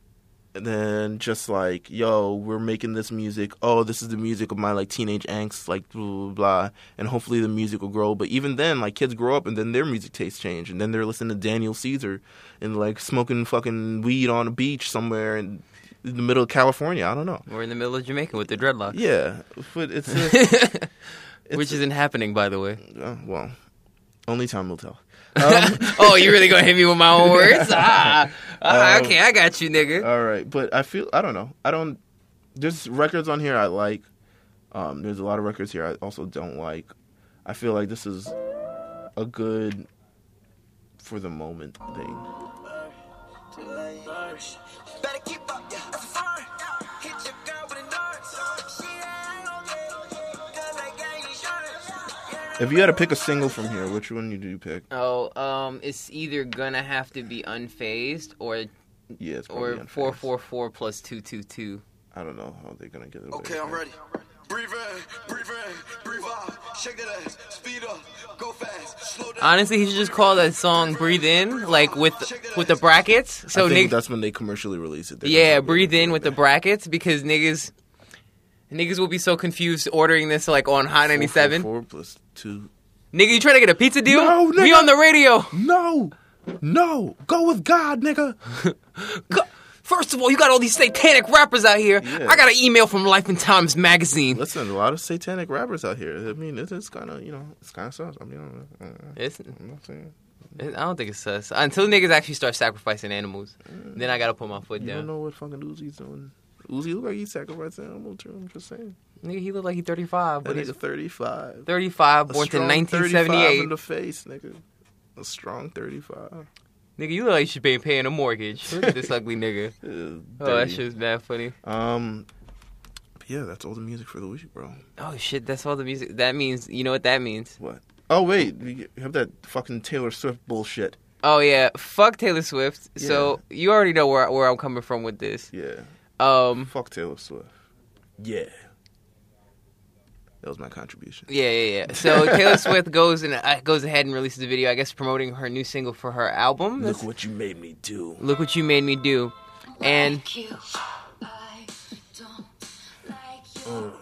Speaker 2: and then just like yo we're making this music oh this is the music of my like teenage angst like blah blah blah and hopefully the music will grow but even then like kids grow up and then their music tastes change and then they're listening to daniel caesar and like smoking fucking weed on a beach somewhere in, in the middle of california i don't know
Speaker 1: We're in the middle of Jamaica with the dreadlocks,
Speaker 2: yeah but it's, a, it's
Speaker 1: which isn't happening, by the way.
Speaker 2: uh, well only time will tell
Speaker 1: oh, you really gonna hit me with my own words? Ah, ah,
Speaker 2: Um,
Speaker 1: okay, I got you, nigga.
Speaker 2: All right, but I feel I don't know. I don't. There's records on here I like. Um, there's a lot of records here I also don't like. I feel like this is a good for the moment thing.
Speaker 5: Better keep up, yeah. That's a fine. Hit your girl with an arse. Shit, I ain't gon' get it, 'cause I got insurance.
Speaker 2: If you had to pick a single from here, which one you do you pick?
Speaker 1: Oh, um, it's either gonna have to be unfazed or
Speaker 2: Yeah, it's probably
Speaker 1: or
Speaker 2: Unfazed.
Speaker 1: four four four plus two two two.
Speaker 2: I don't know how they're gonna get it.
Speaker 5: Okay, I'm ready. Breathe in, breathe in, breathe out. Shake that ass, speed up, go fast, slow down.
Speaker 1: Honestly, he should just call that song "Breathe In," like with with the brackets.
Speaker 2: So
Speaker 1: So
Speaker 2: I think
Speaker 1: niggas,
Speaker 2: that's when they commercially release it. They're
Speaker 1: yeah,
Speaker 2: gonna be
Speaker 1: breathe in
Speaker 2: doing
Speaker 1: with the
Speaker 2: that.
Speaker 1: brackets because niggas niggas will be so confused ordering this like on Hot ninety seven.
Speaker 2: Four, four, four plus two.
Speaker 1: Nigga, you trying to get a pizza deal?
Speaker 2: No,
Speaker 1: We
Speaker 2: nigga.
Speaker 1: on the radio.
Speaker 2: No, no, go with God, nigga.
Speaker 1: Go- First of all, you got all these satanic rappers out here.
Speaker 2: Yeah.
Speaker 1: I got an email from Life and Times magazine.
Speaker 2: Listen, a lot of satanic rappers out here. I mean, it's, it's kind of you know, it's kind of sus. I mean, I don't know.
Speaker 1: It's-
Speaker 2: I'm not saying
Speaker 1: I don't think it's sus. Until niggas actually start sacrificing animals, then I gotta put my foot
Speaker 2: Mm. you
Speaker 1: down.
Speaker 2: don't know what fucking Uzi's doing. Uzi look like he's sacrificing animal too. I'm just saying.
Speaker 1: Nigga, he look like he 35,
Speaker 2: That
Speaker 1: but he's
Speaker 2: nigga 35.
Speaker 1: 35,
Speaker 2: A
Speaker 1: born in
Speaker 2: strong 35 in
Speaker 1: 1978.
Speaker 2: the face, nigga. A strong 35.
Speaker 1: Nigga, you look like you should be paying a mortgage. Look at this ugly nigga.
Speaker 2: Uh,
Speaker 1: Oh, that
Speaker 2: dirty.
Speaker 1: shit's bad funny.
Speaker 2: Um, but yeah, that's all the music for the week, bro.
Speaker 1: Oh shit, that's all the music. That means you know what that means.
Speaker 2: What? Oh wait, we have that fucking Taylor Swift bullshit.
Speaker 1: Oh yeah, fuck Taylor Swift. So you already know where where I'm coming from with this.
Speaker 2: Yeah,
Speaker 1: Um,
Speaker 2: fuck Taylor Swift. Yeah, that was my contribution.
Speaker 1: yeah, yeah, yeah. So Taylor Swift goes and uh, goes ahead and releases a video, I guess, promoting her new single for her album. That's-
Speaker 2: Look what you made me do.
Speaker 1: Look what you made me do, and
Speaker 2: Oh.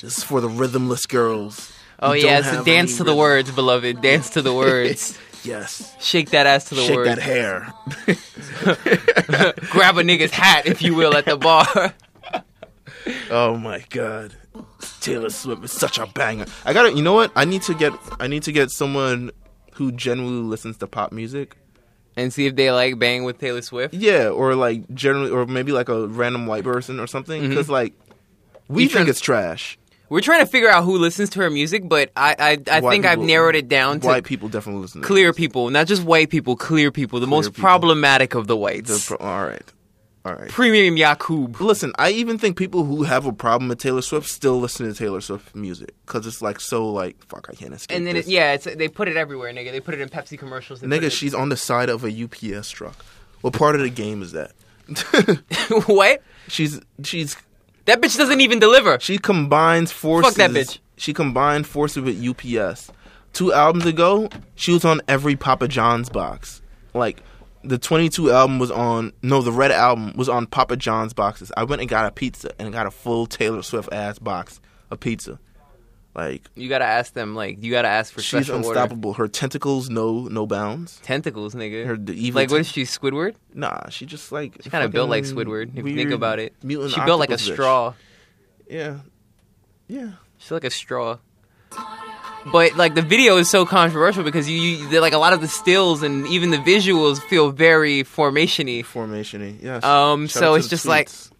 Speaker 2: This is for the rhythmless girls.
Speaker 1: oh
Speaker 2: You
Speaker 1: yeah,
Speaker 2: don't
Speaker 1: so
Speaker 2: have
Speaker 1: dance
Speaker 2: any
Speaker 1: to the
Speaker 2: rhythm.
Speaker 1: words, beloved. Dance to the words.
Speaker 2: Yes.
Speaker 1: Shake that ass to the
Speaker 2: Shake
Speaker 1: words.
Speaker 2: that hair.
Speaker 1: Grab a nigga's hat, if you will, at the bar.
Speaker 2: Oh my god. Taylor Swift is such a banger. I gotta you know what? I need to get I need to get someone who generally listens to pop music.
Speaker 1: and see if they like bang with Taylor Swift.
Speaker 2: Yeah, or like generally or maybe like a random white person or something. Because like we
Speaker 1: You
Speaker 2: think
Speaker 1: tryna-
Speaker 2: it's trash.
Speaker 1: We're trying to figure out who listens to her music, but I I, I
Speaker 2: White
Speaker 1: think I've
Speaker 2: people-
Speaker 1: narrowed it down to
Speaker 2: White people definitely listen to
Speaker 1: clear
Speaker 2: this.
Speaker 1: people, not just white people, clear people, the most
Speaker 2: people.
Speaker 1: problematic of the
Speaker 2: The
Speaker 1: whites.
Speaker 2: pro- all right. All right.
Speaker 1: Premium Yakub.
Speaker 2: Listen, I even think people who have a problem with Taylor Swift still listen to Taylor Swift music because it's like so like fuck I can't escape.
Speaker 1: And then it,
Speaker 2: this.
Speaker 1: yeah, it's, they put it everywhere, nigga. They put it in Pepsi commercials. they put
Speaker 2: nigga,
Speaker 1: it-
Speaker 2: she's on the side of a UPS truck. What part of the game is that?
Speaker 1: what?
Speaker 2: she's she's
Speaker 1: That bitch doesn't even deliver.
Speaker 2: She combines forces.
Speaker 1: that bitch.
Speaker 2: She combined forces with UPS. Two albums ago, she was on every Papa John's box. Like the 22 album was on. No, the Red album was on Papa John's boxes. I went and got a pizza and got a full Taylor Swift ass box of pizza. Like
Speaker 1: You gotta ask them. Like you gotta ask for
Speaker 2: she's
Speaker 1: special order.
Speaker 2: unstoppable. Her tentacles know no bounds.
Speaker 1: Tentacles, nigga.
Speaker 2: Her the evil.
Speaker 1: like what
Speaker 2: ten-
Speaker 1: is she? Squidward?
Speaker 2: Nah, she just like
Speaker 1: She kind of built like
Speaker 2: fucking
Speaker 1: Squidward. If you
Speaker 2: weird
Speaker 1: think about it,
Speaker 2: mutant
Speaker 1: she built like a
Speaker 2: octopus bitch.
Speaker 1: straw.
Speaker 2: Yeah, yeah.
Speaker 1: She's like a straw. But like the video is so controversial because you, you they're, like a lot of the stills and even the visuals feel very formationy.
Speaker 2: Formationy. Yes.
Speaker 1: Um,
Speaker 2: Shout
Speaker 1: so
Speaker 2: out to
Speaker 1: it's
Speaker 2: the
Speaker 1: just like-
Speaker 2: tweets.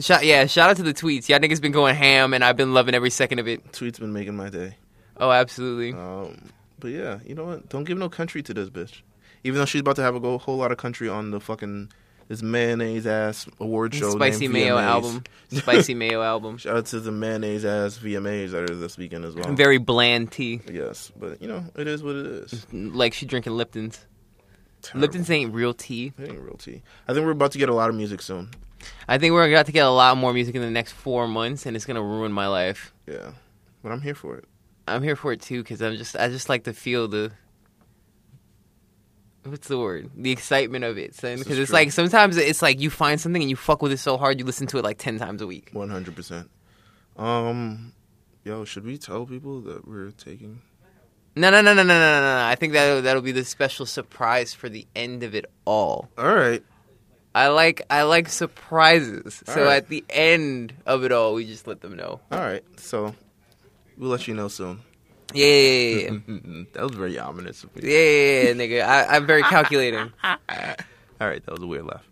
Speaker 1: Shout, yeah, shout out to the tweets. Y'all niggas been going ham, and I've been loving every second of it.
Speaker 2: tweets been making my day.
Speaker 1: Oh, absolutely.
Speaker 2: Um, but yeah, you know what? Don't give no country to this bitch. Even though she's about to have a go- whole lot of country on the fucking this mayonnaise ass award show.
Speaker 1: Spicy
Speaker 2: named
Speaker 1: mayo
Speaker 2: VMAs.
Speaker 1: album. Spicy mayo album.
Speaker 2: Shout out to the mayonnaise ass VMAs that are this weekend as well.
Speaker 1: Very bland tea.
Speaker 2: yes, but you know it is what it is.
Speaker 1: Like she drinking Lipton's.
Speaker 2: Terrible.
Speaker 1: Lipton's ain't real tea.
Speaker 2: It ain't real tea. I think we're about to get a lot of music soon.
Speaker 1: I think we're about to get a lot more music in the next four months, and it's gonna ruin my life.
Speaker 2: Yeah, but I'm here for it.
Speaker 1: I'm here for it too because I'm just I just like to feel the what's the word the excitement of it son
Speaker 2: This is
Speaker 1: because it's
Speaker 2: true.
Speaker 1: like sometimes it's like you find something and you fuck with it so hard you listen to it like ten times a week.
Speaker 2: One hundred percent. Um, yo, should we tell people that we're taking?
Speaker 1: No no no no no no no. no. I think that that'll be the special surprise for the end of it all.
Speaker 2: All right.
Speaker 1: I like I like surprises.
Speaker 2: All
Speaker 1: so
Speaker 2: right.
Speaker 1: at the end of it all, we just let them know.
Speaker 2: All right, so we'll let you know soon.
Speaker 1: Yeah, yeah, yeah, yeah.
Speaker 2: that was very ominous of me.
Speaker 1: Yeah, yeah, yeah, nigga. I, I'm very calculating.
Speaker 2: All right, that was a weird laugh.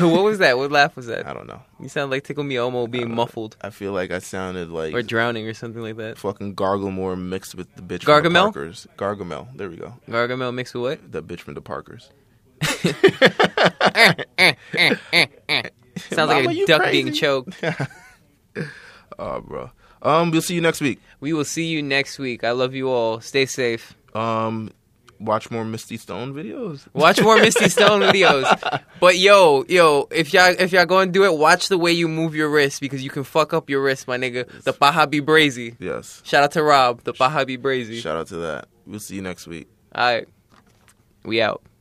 Speaker 1: what was that? What laugh was
Speaker 2: I
Speaker 1: that?
Speaker 2: don't know.
Speaker 1: You sound like Tickle Me Elmo being muffled
Speaker 2: I feel like I sounded like
Speaker 1: or drowning or something like that.
Speaker 2: fucking Gargamore mixed with the bitch from the
Speaker 1: Gargamel?
Speaker 2: Parkers. Gargamel. There we go.
Speaker 1: Gargamel mixed with what?
Speaker 2: That bitch from the Parkers.
Speaker 1: Eh, Sounds like
Speaker 2: Mama,
Speaker 1: a
Speaker 2: you
Speaker 1: duck
Speaker 2: crazy?
Speaker 1: being choked.
Speaker 2: Oh, bro. Um, we'll see you next week.
Speaker 1: We will see you next week. I love you all. Stay safe.
Speaker 2: Um, watch more Misty Stone videos.
Speaker 1: Watch more Misty Stone videos. But yo, yo, if y'all if y'all gonna do it, watch the way you move your wrist because you can fuck up your wrist, my nigga. The paha be brazy.
Speaker 2: Yes.
Speaker 1: Shout out to Rob. The paha be brazy.
Speaker 2: Shout out to that. We'll see you next week.
Speaker 1: All right, we out.